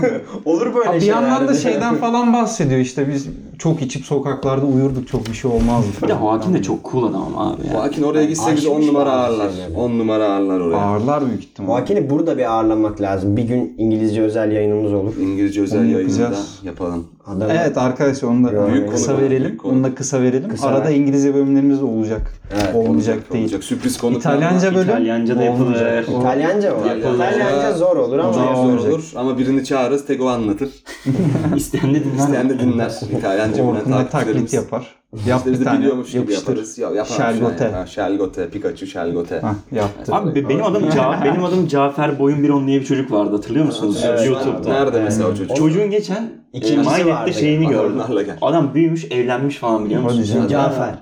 Olur böyle
Ha, bir
şeyler.
yandan da şey şeyden falan bahsediyor işte biz çok içip sokaklarda uyurduk çok bir şey olmazdı.
Bir de
falan.
Hakim de çok cool adam ama abi ya.
Lakin oraya gitse bizi 10
Aşmış
numara
bazı
ağırlar.
şeyler.
10 numara ağırlar oraya.
Ağırlar büyük ihtimal.
Vakini burada bir ağırlamak lazım. Bir gün İngilizce özel yayınımız olur.
İngilizce özel
Onu
yayınında
yapacağız.
yapalım.
Adam
Evet arkadaşlar onu da
Büyük
kısa
konu,
verelim.
büyük konu.
Onu da kısa verelim.
Kısa
Arada
ver.
İngilizce bölümlerimiz de olacak.
Evet,
olmayacak değil.
Olacak. Sürpriz konuk.
İtalyanca bölüm
İtalyanca da yapılır.
olmayacak. O-
İtalyanca mı?
İtalyanca-
İtalyanca zor olur ama
Zor.
Zor
olacak.
olur ama birini çağırırız tek o anlatır.
İsteyen de dinler.
İsteyen de dinler. İtalyanca bilen
Orkun'la taklit
takipçilerimiz.
yapar. Yap
Biz
bir
de
tane
biliyormuş gibi
yapıştır.
yaparız. Ya, yaparız
Şelgote.
Yani. Ha, şelgote, Pikachu, şelgote.
Hah, yaptı.
Abi be- benim adım Ca benim adım Cafer Boyun bir on diye bir çocuk vardı hatırlıyor musunuz? YouTube'da.
Nerede mesela o çocuk?
Çocuğun geçen
İkincisi vardı
e, MyNet'te şeyini
yani.
gördüm.
Adamlarla gel.
Adam büyümüş, evlenmiş falan biliyor
Hadi
musun?
canım.
Cafer.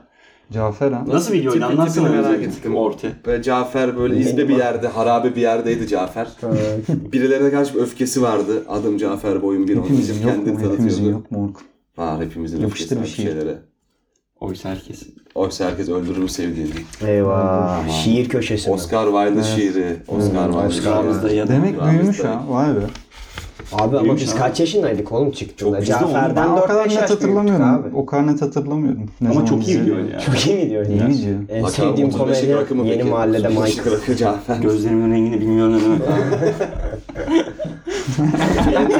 Cafer ha.
Nasıl videoydu
Tipi-
anlatsana
tipini merak
bize.
ettim.
Orti.
Böyle Cafer böyle izbe bir yerde, harabe bir yerdeydi Cafer. Birilerine karşı bir öfkesi vardı. Adım Cafer, boyum bir
Hepimizin
olmuşum.
yok mu?
Kendini
Hepimizin
tanıtıyordu.
yok mu Orkun?
Var hepimizin
Yapıştır
öfkesi var bir
bir şiir.
şeylere.
Oysa herkes.
Oysa herkes öldürür mü sevdiğini.
Eyvah. Şiir köşesi.
Oscar Wilde şiiri. Oscar Wilde.
Oscar
şiiri.
Aramızda yanı.
Demek
Ramazan.
büyümüş ha. Vay be.
Abi ama biz kaç yaşındaydık oğlum çıktığında?
bizde oğlum.
Ben
Cafer'den
o
4
kadar
yaş
net
büyüktük
hatırlamıyorum.
abi.
O kadar net hatırlamıyorum. Ne
Ama
zaman
çok iyi
izledim.
videoydu ya.
Çok iyi video
İyi
ya.
video.
En
Bakalım
sevdiğim
35'lik rakı mı
komedyen Yeni
peki?
Mahallede
35'lik
Mike.
rakı Cafer.
Gözlerimin rengini bilmiyorum değil mi?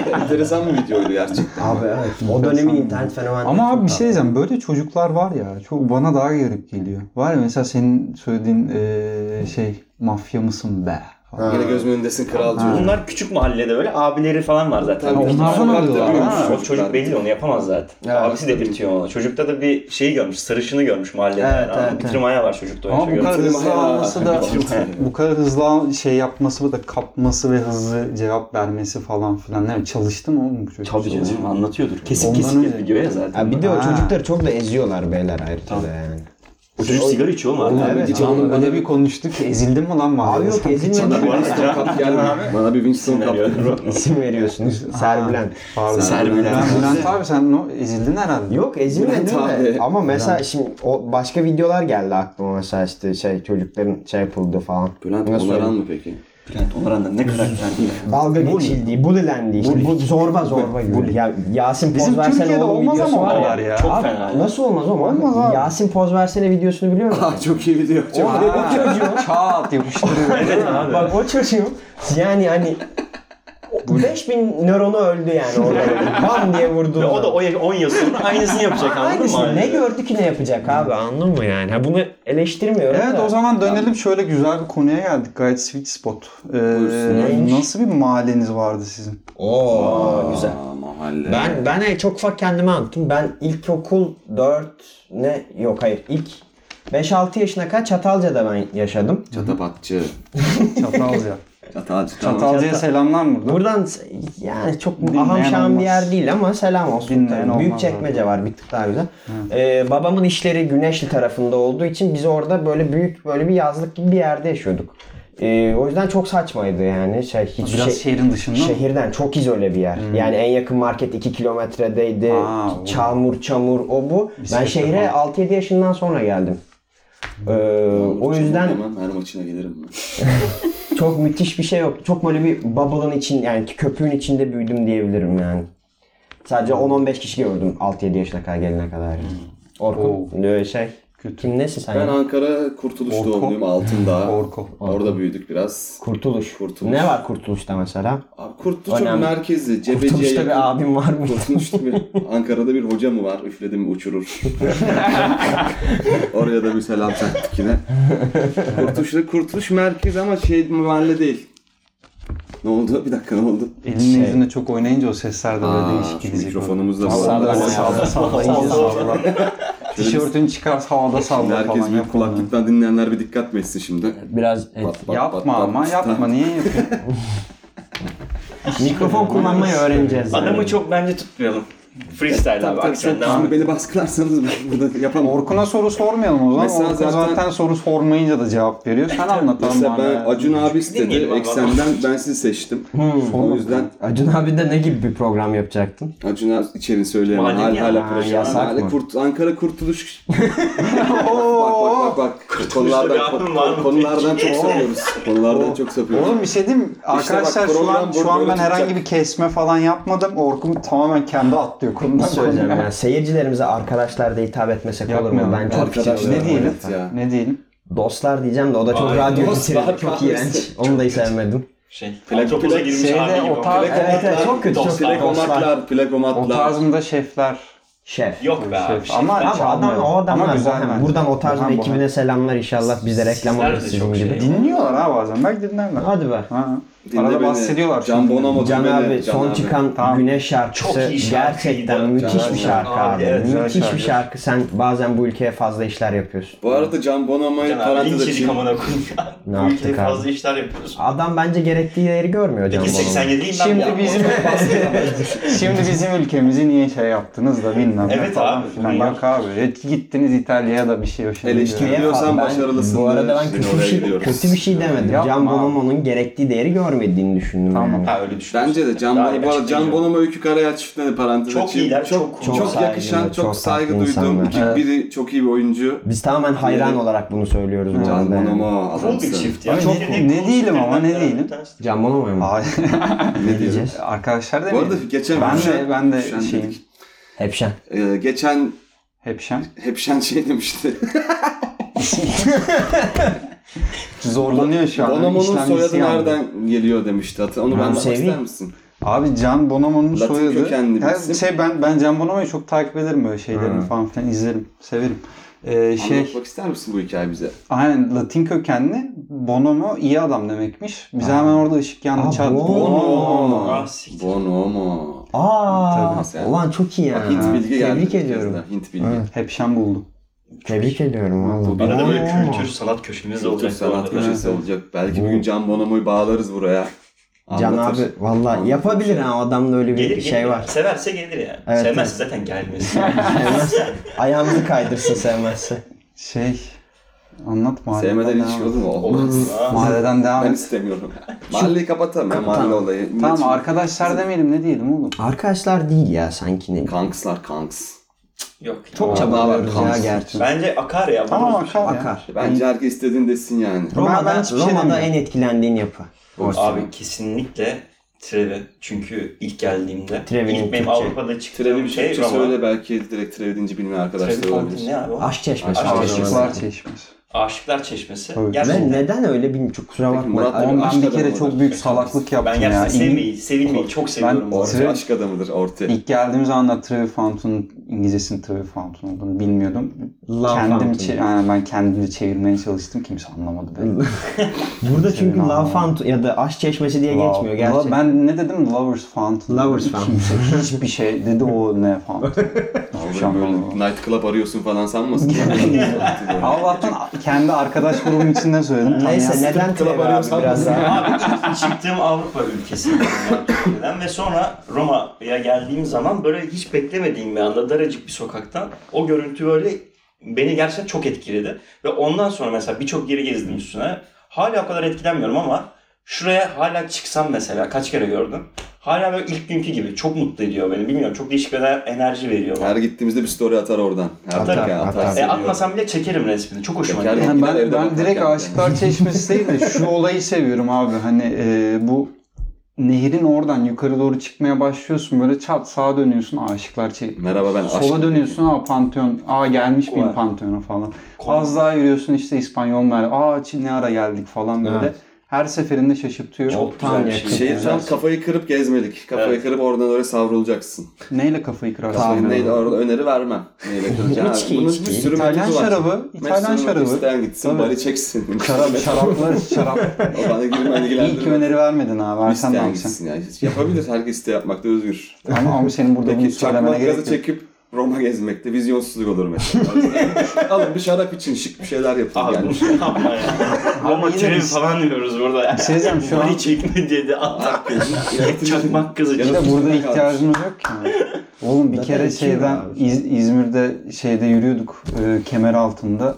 Enteresan bir videoydu gerçekten.
Abi evet. O dönemin internet fenomeni.
Ama abi bir şey diyeceğim. Böyle çocuklar var ya. Çok bana daha garip geliyor. Var ya mesela senin söylediğin eee, şey mafya mısın be? Falan.
Ha.
Yine gözümün önündesin kral diyor.
Bunlar küçük mahallede böyle abileri falan var zaten.
Tabii.
Onlar-
Onlardan alıyorlar.
Ha,
Ha,
o çocuk belli onu yapamaz zaten.
Evet.
Abisi delirtiyor ona. Çocukta da bir şeyi görmüş, sarışını görmüş mahallede.
Evet,
yani.
evet,
Bitirmaya var çocukta.
Ama bu kadar
Bitirme
hızlı
ya.
alması da
Bitirme.
bu kadar hızlı al- şey yapması da kapması ve hızlı cevap vermesi falan filan. Ne çalıştı mı oğlum bu çocuk?
anlatıyordur. Kesik
Ondan
kesik
önce-
bir gibi ya zaten.
Ha, bir de o
Ha.
çocukları çok da eziyorlar beyler ayrıca da yani.
o çocuk sigara içiyor mu abi?
Oğlum
Evet,
evet, oğlum öyle bir konuştuk. ki, Ezildin mi lan mahallede?
Abi yok
Sen
ezilmedi.
Bu arada-
Bana bir Winston kap.
İsim veriyorsunuz. Serbülent.
Pardon.
Serbülent.
Ben Bülent abi sen no, ezildin herhalde.
Yok ezilmedi
Bülent
de.
abi.
Ama mesela şimdi o başka videolar geldi aklıma mesela işte şey çocukların şey yapıldığı falan.
Bülent
Nasıl
Onaran
söyleyeyim?
mı peki?
Bülent Onaran'da ne karakter diye.
Dalga geçildiği, bulilendiği işte. Bu, zorba zorba gibi. Ya, Yasin
Bizim
poz versene
Türkiye'de
oğlum
olmaz
videosu
ama
var
o
ya.
kadar ya.
Çok
Abi,
fena. ya.
Nasıl olmaz ama?
Olmaz abi.
Yasin poz versene videosunu biliyor musun?
Aa, çok iyi video. Çok iyi.
Aa, Çat yapıştırıyor.
Evet abi.
Bak o çocuğum yani hani 5000 nöronu öldü yani orada. Bam diye vurdu.
Ve o da o yaş- 10 yıl sonra aynısını yapacak anladın mı?
Aynısını ne
abi?
gördü ki ne yapacak abi anladın mı yani? Ha, bunu eleştirmiyorum
Evet
da.
o zaman dönelim şöyle güzel bir konuya geldik. Gayet sweet spot. Ee,
Buyursun.
nasıl bir mahalleniz vardı sizin?
Oo, güzel.
Aa, mahalle.
Ben ben en çok ufak kendime anlattım. Ben ilkokul 4 ne yok hayır ilk 5-6 yaşına kadar Çatalca'da ben yaşadım.
Çatapatçı.
Çatalca.
Çatalcı. tamam.
Çatalca'ya
Çatal-
selamlar mı? burada?
Buradan s- yani çok
Dinleyen
aham şahım
olmaz.
bir yer değil ama selam olsun.
Dinleyen
Tabii. Büyük
olmaz
çekmece var bir tık daha güzel. Ee, babamın işleri Güneşli tarafında olduğu için biz orada böyle büyük böyle bir yazlık gibi bir yerde yaşıyorduk. Ee, o yüzden çok saçmaydı yani şey hiç
Biraz şehrin dışında mı?
Şehirden çok izole bir yer. Yani en yakın market 2 kilometredeydi.
Aa, o.
Çamur çamur o bu. ben
şey
şehre 6-7 yaşından sonra geldim. Ee, o yüzden
Hemen her maçına gelirim. ben.
çok müthiş bir şey yok. Çok böyle bir bubble'ın için yani köpüğün içinde büyüdüm diyebilirim yani. Sadece 10-15 kişi gördüm 6-7 yaşına kadar gelene kadar. Orkun öyle şey.
Kötü.
Kim nesin sen?
Ben
ya?
Ankara Kurtuluş
Orko.
doğumluyum. Altındağ.
Orko.
Orada büyüdük biraz.
Kurtuluş.
Kurtuluş.
Ne var Kurtuluş'ta mesela?
Abi Kurtuluş çok
Önemli.
merkezi. Cebeci'ye
Kurtuluş'ta
yakın.
bir abim var mı?
Kurtuluş'ta bir Ankara'da bir hoca mı var? Üfledim uçurur. Oraya da bir selam çaktık yine. Kurtuluş'ta Kurtuluş merkez ama şey mahalle değil. Ne oldu? Bir dakika ne oldu?
Elinin yüzünde çok oynayınca o sesler de böyle değişik
şu
gidecek.
mikrofonumuz da bu
Sağda
arada.
sağda sallayınca sağda. Tişörtünü çıkar havada
Şimdi
salla
herkes
falan
bir
yapma.
kulaklıktan dinleyenler bir dikkat mi etsin şimdi?
Biraz et.
Bat, bat, bat,
Yapma
bat.
ama yapma niye yapıyorsun?
Mikrofon kullanmayı öğreneceğiz. yani.
Adamı çok bence tutmayalım. Freestyle
Tabii
abi.
tabii
Aksan
sen
devam
şimdi
et.
beni baskılarsanız ben burada yapamam.
Orkun'a soru sormayalım o zaman.
Mesela
Orkun zaten...
zaten-
soru sormayınca da cevap veriyor. Sen anlat lan
Mesela
bana.
ben Acun abi istedi.
Dinleyelim abi.
Eksenden ben sizi seçtim.
Hmm.
O yüzden
Acun abi de ne gibi bir program yapacaktın?
Acun abi içerini söyleyemem. Hala,
Mahalle ya.
hala
Ha,
proje.
yasak
Hala
mı?
Kurt, Ankara Kurtuluş. bak bak bak. bak. Konulardan,
bir anım var mı
konulardan çok sapıyoruz. Konulardan çok sapıyoruz.
Oğlum bir şey diyeyim mi? Arkadaşlar
bak,
şu an,
program
şu an
böyle
ben herhangi
tutacak.
bir kesme falan yapmadım. Orkun tamamen kendi atlıyor
şey
konudan
Söyleyeceğim
konuya.
yani seyircilerimize arkadaşlar da hitap etmesek olur
Yapmayalım.
mu? Ben çok
Arkadaşlar.
içim
Ne diyelim?
Evet ya.
Ne diyelim?
Dostlar diyeceğim de o da çok
Ay,
radyo
dostlar
bitirir. Çok
kahvesi.
iğrenç. Onu da hiç sevmedim.
Şey,
Plak-
Plakopoza
plak-
girmiş
şeyde
abi gibi.
o tarz-
Plak-
Evet evet çok kötü. Çok dostlar.
Plakomatlar,
O
plakomatlar.
tarzında şefler.
Şef.
Yok be abi. şey
Şef. Ama
Abi adam, o adamlar
Ama güzel
bohem.
bence.
Buradan o tarz
Bohem,
bir ekibine
bohem.
selamlar inşallah. Bize reklam
Sizler
olur
de
sizin
çok şey.
gibi.
Dinliyorlar ha bazen. Belki dinlerler.
Hadi be.
Ha.
Dinle
Arada
beni.
bahsediyorlar.
Can
çünkü.
Bonomo
Can
dinle beni,
abi
Can
son
abi.
çıkan
Tamam.
Güneş şarkısı
Çok iyi şarkıydı.
gerçekten
Can
müthiş
abi.
bir şarkı
Abi,
abi.
evet,
güzel
müthiş
şarkı.
bir şarkı. Sen bazen bu ülkeye fazla işler yapıyorsun.
Bu arada Can Bonomo'yu
Can abi,
parantez
Linç yedik
açayım.
amına koyayım ya.
Ne
Bu ülkede
yaptık abi?
fazla işler yapıyoruz.
Adam bence gerektiği yeri görmüyor Can
Peki
Bonomo.
87'liyim ben.
Şimdi
ya.
bizim şimdi bizim ülkemizi niye şey yaptınız da bilmem ne
Evet
falan
abi,
filan.
manyak.
Bak abi et- gittiniz İtalya'ya da bir şey yok. Şey
Eleştiri-
diyor.
Biliyorsan
Ben-
başarılısın
Bu arada
diyoruz.
ben
Şimdi
kötü bir
oraya
şey,
gidiyoruz.
kötü bir şey demedim.
Yapma
Can
abi.
Bonomo'nun gerektiği değeri görmediğini düşündüm.
Tamam.
Yani.
Ha öyle düşünüyorsun.
Bence de Can,
Daha
Bonomo, bu arada
iyi
Can
açıklayacağım.
Bonomo Öykü Karayel çiftine de parantez
Çok
açayım.
iyiler,
çok,
çok-
çok,
çok
yakışan,
saygılı,
çok,
çok
saygı
tatlı
duyduğum.
insanlar.
iki-
Evet.
Biri çok iyi bir oyuncu.
Biz tamamen hayran
Diğeri-
olarak bunu söylüyoruz. bu
Can
arada yani.
Bonomo
Cool bir
adamsın.
çift ya.
Abi ne- ne değilim ama, ne değilim.
Can Bonomo'ya mı?
Ay,
Ne diyeceğiz?
Arkadaşlar da
Bu arada geçen şey
ben de
Hüseyin-
ben de
Hüseyin
şeyim
dedik.
Hepşen.
Ee, geçen
hepşem.
Hepşen şey demişti.
Zorlanıyor şu an.
Bonomo'nun
İşlemcisi
soyadı
yandı.
nereden geliyor demişti. Hatır- Onu
Ha,
ben de
Hüseyin.
ister misin?
Abi Can Bonomo'nun
Latin
soyadı.
kökenli
Her
birisi.
şey ben ben Can Bonomo'yu çok takip ederim böyle şeylerini
Ha.
falan filan izlerim, severim. Ee, şey,
Anlatmak ister misin bu hikayeyi bize?
aynen Latin kökenli Bonomo iyi adam demekmiş. Bize hemen orada ışık yandı.
Aa,
Çat.
Bonomo.
Ah,
Bonomo.
siktir.
Bonomo.
Aa,
Tabii sen.
ulan çok iyi ya.
Bak Hint bilgi geldi.
Tebrik
bir kez
ediyorum.
daha, Hint bilgi.
Evet.
Hep şen buldu.
Tebrik ediyorum valla.
Bu
Arada böyle
Oo.
kültür sanat köşemiz
Kültür
olacak. bu
sanat
arada.
köşesi olacak. Belki bugün Can Bonomo'yu bağlarız buraya.
Can
Anlatır.
abi valla yapabilir ha adamda öyle bir
Gelir, gelir
şey
ya.
var.
Severse gelir yani.
Evet,
Sevmezse zaten gelmez.
Sevmezse ayağımızı kaydırsın sevmezse.
Şey anlat mahalleden
Sevmeden
devam
ilişki
et.
olur mu? Olmaz.
Olmaz. Aa,
Mahalleden devam
Ben
et.
istemiyorum. Mahalleyi kapatalım ya mahalle olayı.
Tamam
İletişim-
arkadaşlar demeyelim ne diyelim oğlum.
Arkadaşlar değil ya sanki ne.
Kankslar kanks.
Yok. ya.
Çok
Aa,
çabalıyoruz
tamam.
ya gerçi.
Bence akar ya.
Tamam
buluruz.
akar ya.
Akar.
Bence herkes istediğini desin yani.
Roma'da,
ben hiçbir şey
Roma'da
demiyorum.
en etkilendiğin yapı. Orası.
Abi kesinlikle Trevi. Çünkü ilk geldiğimde
Trevi'nin
ilk benim
Türkçe-
Avrupa'da çıktığım
Trevi bir
şey
şey
Roma.
söyle belki direkt Trevi deyince bilmeyen arkadaşlar
Trevi Fountain
olabilir.
ne abi o?
Aşk çeşmesi.
Aşk
Aşk
çeşmesi.
çeşmesi.
Aşıklar çeşmesi.
Aşıklar Çeşmesi.
Tabii.
Ben
Gerçekten.
neden öyle bilmiyorum. Çok kusura
Peki Murat
bakma.
abi-
Oğlum ben
aşk
bir kere
adamı
çok
olur.
büyük salaklık
Ben
yaptım ya. İng-
gerçekten sevmeyi, sevilmeyi çok seviyorum.
Ben-
bu arada.
Orta
Trevi-
aşk adamıdır orta.
İlk geldiğim zaman da Trevi Fountain, İngilizcesinin Trevi Fountain olduğunu bilmiyordum.
Love
Kendim
Fountain.
çe- yani ben kendimce çevirmeye çalıştım. Kimse anlamadı beni.
Burada çünkü
Sevim
Love
anlamı.
Fountain ya da Aşk Çeşmesi diye geçmiyor gerçi.
La- Ben ne dedim? Lovers Fountain.
Lovers
Kimse hiçbir şey dedi o ne Fountain. Hiçbir şey
Böyle,
anlamadım.
böyle night club arıyorsun falan sanmasın.
Allah'tan kendi arkadaş grubum içinde söyledim.
Neyse neden
Club
Trevor abi
arıyorsan-
biraz daha.
Abi ilk çıktığım Avrupa ülkesi yani Türkiye'den ve sonra Roma'ya geldiğim zaman böyle hiç beklemediğim bir anda daracık bir sokaktan o görüntü böyle beni gerçekten çok etkiledi. Ve ondan sonra mesela birçok yeri gezdim üstüne. Hala o kadar etkilenmiyorum ama şuraya hala çıksam mesela kaç kere gördüm. Hala böyle ilk günkü gibi çok mutlu ediyor beni. Bilmiyorum çok değişik bir enerji veriyor bana.
Her gittiğimizde bir story atar oradan. Her
Atar,
dakika
atar.
atar.
E, atmasam bile çekerim resmini. Çok hoşuma
Çeker
gidiyor.
Yani
Gider
ben,
evde
ben
bakar
direkt
kendine.
Aşıklar Çeşmesi değil de şu olayı seviyorum abi. Hani e, bu nehrin oradan yukarı doğru çıkmaya başlıyorsun. Böyle çat sağa dönüyorsun Aşıklar Çeşmesi.
Merhaba ben aşk.
Sola dönüyorsun aa Pantheon. Aa gelmiş miyim
Kolay.
Pantheon'a falan.
Kolay.
Az daha yürüyorsun işte İspanyol merdiven. Aa Çin ne ara geldik falan böyle.
Evet.
Her seferinde şaşırtıyor.
Çok
Tam
güzel bir
yakın.
şey.
Şey, tam kafayı kırıp gezmedik. Kafayı
Evet.
kırıp oradan oraya savrulacaksın.
Neyle kafayı kırarsın?
Tahmin
yani?
Neyle orada öneri vermem. Neyle kıracağım.
İçki,
Bunun
içki.
bir sürü
İtalyan
mevzusu var.
şarabı, İtalyan
Mesut'un
şarabı.
İsteyen gitsin,
Tabii.
bari çeksin.
Şarap, şaraplar, şarap.
O bana girmen
İyi ki
ilgilendirmez.
öneri vermedin abi. Versen ne
İsteyen
yapacaksın?
gitsin ya. Yapabilir, herkes de yapmakta özgür.
Ama, ama senin burada bunu
Peki
söylemene
çakmak
gerek
gazı
yok.
çekip Roma gezmekte vizyonsuzluk olur mesela. Alın bir şarap için şık bir şeyler yapın
Abi
yani.
bunu yapma ya. Roma
yine
Trevi
biz-
falan diyoruz burada. ya.
Sezen şu an-
Bari çekme dedi. Allah
Yaratıcı-
Çakmak kızı.
Bir
Yaratıcı-
de burada
Kalmış.
ihtiyacımız yok ki. Oğlum bir
Zaten
kere
iki yıl
şeyden
abi.
İz- İzmir'de şeyde yürüyorduk e, kemer altında.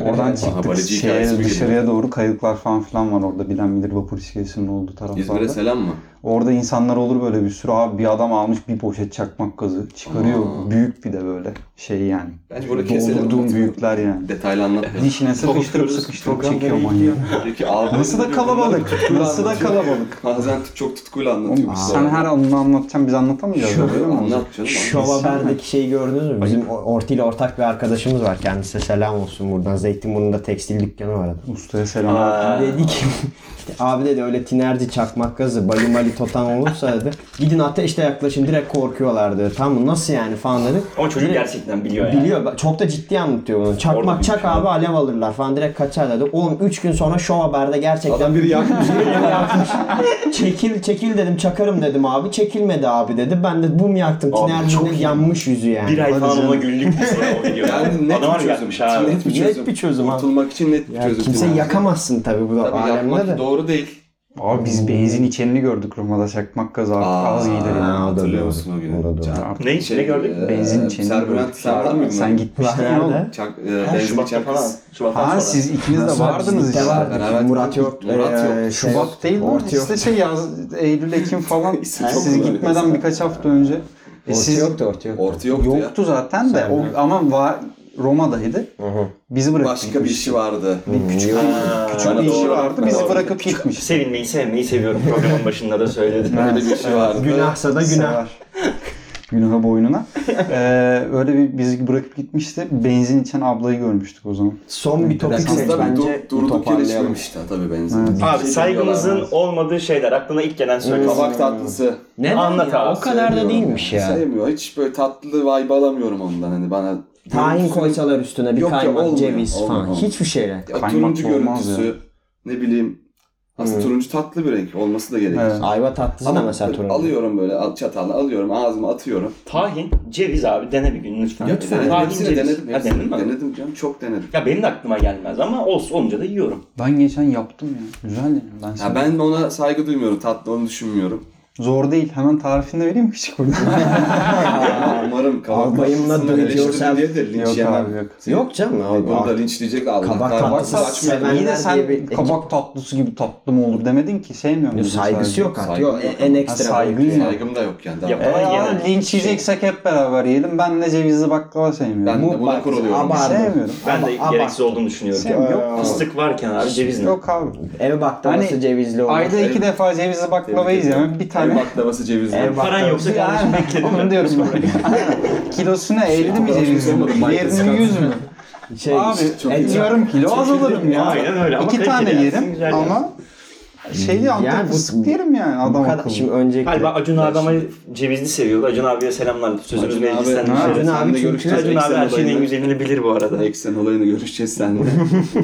Oradan
Evet.
çıktık
Haberci hikayesi
şeye,
mi
dışarıya doğru kayıklar falan filan var orada. Bilen bilir vapur iskelesinin olduğu taraflarda.
İzmir'e selam mı?
Orada insanlar olur böyle bir sürü abi bir adam almış bir poşet çakmak gazı çıkarıyor.
Aa.
Büyük bir de böyle şey yani.
Bence burada keselim.
Doldurduğum büyükler yani.
Detaylı anlatmayalım.
Dişine sıkıştırıp sıkıştırıp çekiyor manyak.
Peki abi.
Nasıl da kalabalık. Nasıl da kalabalık.
Bazen t- çok tutkuyla anlatıyor.
Oğlum,
bu
sen
sefer.
her anını anlatacaksın biz anlatamayacağız. öyle mi?
Anlat canım.
Şov Haber'deki şeyi gördünüz mü? Bizim o- Orti ile ortak bir arkadaşımız var. Kendisine selam olsun buradan. Zeytinburnu'nda tekstil dükkanı var. adam.
Ustaya selam.
Dedi ki işte abi dedi öyle tinerci çakmak gazı balimali totan olursa dedi. Gidin ateşte yaklaşın direkt korkuyorlardı. Tamam mı? Nasıl yani falan dedi.
Ama çocuk
Direkt-
gerçekten biliyor yani.
Biliyor. Bak, Çok da ciddi anlatıyor bunu.
Orada bir
Çakmak çak
şey
abi alev alırlar falan direkt kaçar dedi. Oğlum 3 gün sonra Show Haber'de gerçekten
Adam biri yakmış.
Birileri yakmış. çekil çekil dedim çakarım dedim abi. Çekilmedi abi dedi. Ben de bum yaktım.
Abi çok
Tinerci'nin
iyi.
yanmış yüzü yani.
Bir ay
Hadi
falan ona
canım.
güldük biz ya o videoda.
Yani net
Adamlar
bir çözüm.
yakmış abi.
Net bir
Net
çözüm.
bir çözüm abi.
Kurtulmak için net bir
yani
çözüm.
kimse
Yani.
yakamazsın tabii bu
Tabii
alemde de.
yakmak doğru değil.
Abi biz benzin içenini gördük Roma'da çakmak gazı artık
Aa.
az giyilir yani.
Ha, o da
Hatırlıyor
doğru.
musun o
O da doğru.
günü? Can-
Artık
Ne? Ne
e,
gördük?
Ee,
Benzin içenini
Serbülent
gördük.
sen var mıydın?
Sen gitmiştin ya oğlum.
Çak, e,
Ha,
benzin
Şubat'ta
içen
falan.
kız.
Şubat'tan sonra.
Ha siz ikiniz de vardınız işte.
vardık. Beraber-
Murat yok.
Murat yok.
Ee, şey yok.
Şubat değil mi?
Orti yok.
İşte şey yaz, Eylül, Ekim falan.
İsim
Yani
çok
siz
güzel.
gitmeden birkaç hafta önce. E
Orti
siz
yoktu, orti yoktu.
Orta yoktu, ya.
yoktu zaten de o, ama va- Roma'daydı. Bizi bırakıp
Başka bir
gitmiş.
işi vardı.
küçük,
Ha,
küçük bir
doğru,
işi vardı.
ben
Bizi
doğru.
bırakıp gitmiş.
Sevinmeyi sevmeyi seviyorum. Programın başında da söyledim.
Öyle bir işi vardı.
Günahsa da günah.
Sever. Günaha boynuna. Ee, öyle bir bizi bırakıp gitmişti. Benzin içen ablayı görmüştük o zaman.
Son bir topik seç
Aslında
bence.
bence durduk yere
Toparlayalım.
içmemişti ha, tabii benzin.
Evet.
Abi saygımızın olmadığı şeyler. Aklına ilk gelen söyle.
şey Kabak tatlısı.
Neden
Anlat
ya?
abi,
O kadar da
Sevmiyorum.
değilmiş ya.
Sevmiyor. Hiç böyle tatlı vibe alamıyorum ondan. Hani bana
Tahin
Yoğurt-
koysalar üstüne bir
Yok ya,
kaymak,
olmuyor.
ceviz
Olmuyor,
falan.
olmuyor.
Hiçbir şeyle.
Ya,
Kaymak
turuncu
olmaz
görüntüsü
ya.
ne bileyim aslında
Hmm.
turuncu tatlı bir renk olması da gerekir.
Evet.
Ayva tatlısı da
Ama
mesela turuncu.
alıyorum böyle al- çatalla alıyorum ağzıma atıyorum.
Tahin, ceviz abi dene bir gün lütfen.
E,
Tahin,
hepsini
ceviz.
denedim.
Ha,
hepsini
denedin mi?
denedim canım çok denedim.
Ya benim de aklıma gelmez ama olsun olunca da yiyorum.
Ben geçen yaptım ya. Güzel yani. Ben,
Ya
seviyorum.
ben ona saygı duymuyorum tatlı onu düşünmüyorum.
Zor değil. Hemen tarifini de vereyim mi küçük burada?
Ama umarım kabak
Albayımla
tatlısını
dövüyor
eleştirdim
sen.
diye de linç
Yok
yemem.
abi, yok.
Yok canım. o-
Bunu da
o-
linçleyecek Allah'tan
tatlısı
varsa
seven-
açmayalım.
Yine
Sevenler diye
sen
bir ekip-
kabak tatlısı gibi tatlı mı olur demedin ki. Sevmiyorum.
Yok,
dedin
saygısı
sadece.
yok artık.
Saygı
Yok,
yok.
en ekstra.
Ha, saygı
boyutu.
yok.
Saygım da yok Ee, yani. daha.
E,
Yapamam. Ama
ya,
yenen-
linç yiyeceksek hep beraber yiyelim. Ben de cevizli baklava sevmiyorum.
Ben
Bu
de buna
bak-
kuruluyorum.
ama- Pardon.
sevmiyorum.
Ben de
Ama-
gereksiz olduğunu düşünüyorum.
Sen-
Ee,
yok.
Fıstık varken abi
şey-
ceviz ne?
Yok abi.
Eve baklavası
Hani
cevizli olur.
Ayda iki defa cevizli baklava
Tebrik ederim.
yiyeceğim. Bir
Ev
tane.
baklavası cevizli.
Ev bak-
Paran yoksa kardeşim bekledim.
Onu diyorum ben. Kilosuna 50 mi
Şey,
ceviz mi?
olmadı, markası
Diğerini 100 mü?
Şey,
Abi
çok
et
güzel.
yarım kilo az alırım ya.
Aynen öyle ama
İki tane
kaliteli yersin,
yerim
güzel
ama şey şeyli antep
Yani bu-
fıstık yerim yani
bu
adam
kadar- şey-
akıllı.
Şimdi öncelikle.
Galiba Acun abi ama cevizli seviyordu. Acun abiye selamlar. Sözümüz
Acun abi,
meclisten
ha,
dışarı.
Acun abi
seninle
çünkü-
görüşeceğiz.
Acun abi
Eksen
her şeyin en
olayını-
güzelini bilir bu arada.
Eksen olayını görüşeceğiz seninle.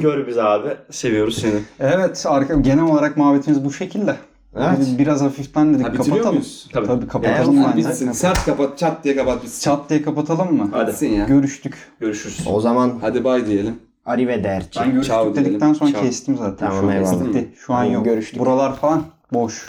Gör biz abi. Seviyoruz seni.
Evet arka, genel olarak muhabbetimiz bu şekilde.
Evet.
Biz Biraz hafiften dedik
Ha, bitiriyor
kapatalım.
muyuz?
Tabii,
Tabii.
kapatalım
Yani
bence.
bitsin. Sert kapat çat diye kapat bitsin.
Çat diye kapatalım mı?
Hadi.
Bitsin ya.
Görüştük.
Görüşürüz.
O zaman
Hadi bay diyelim.
arrivederci.
Ben görüştük
Ciao diyelim,
dedikten sonra
ciao.
kestim zaten.
Tamam,
Şu an
eyvallah.
bitti. Şu an
Tamam,
yok.
görüştük.
Buralar falan boş.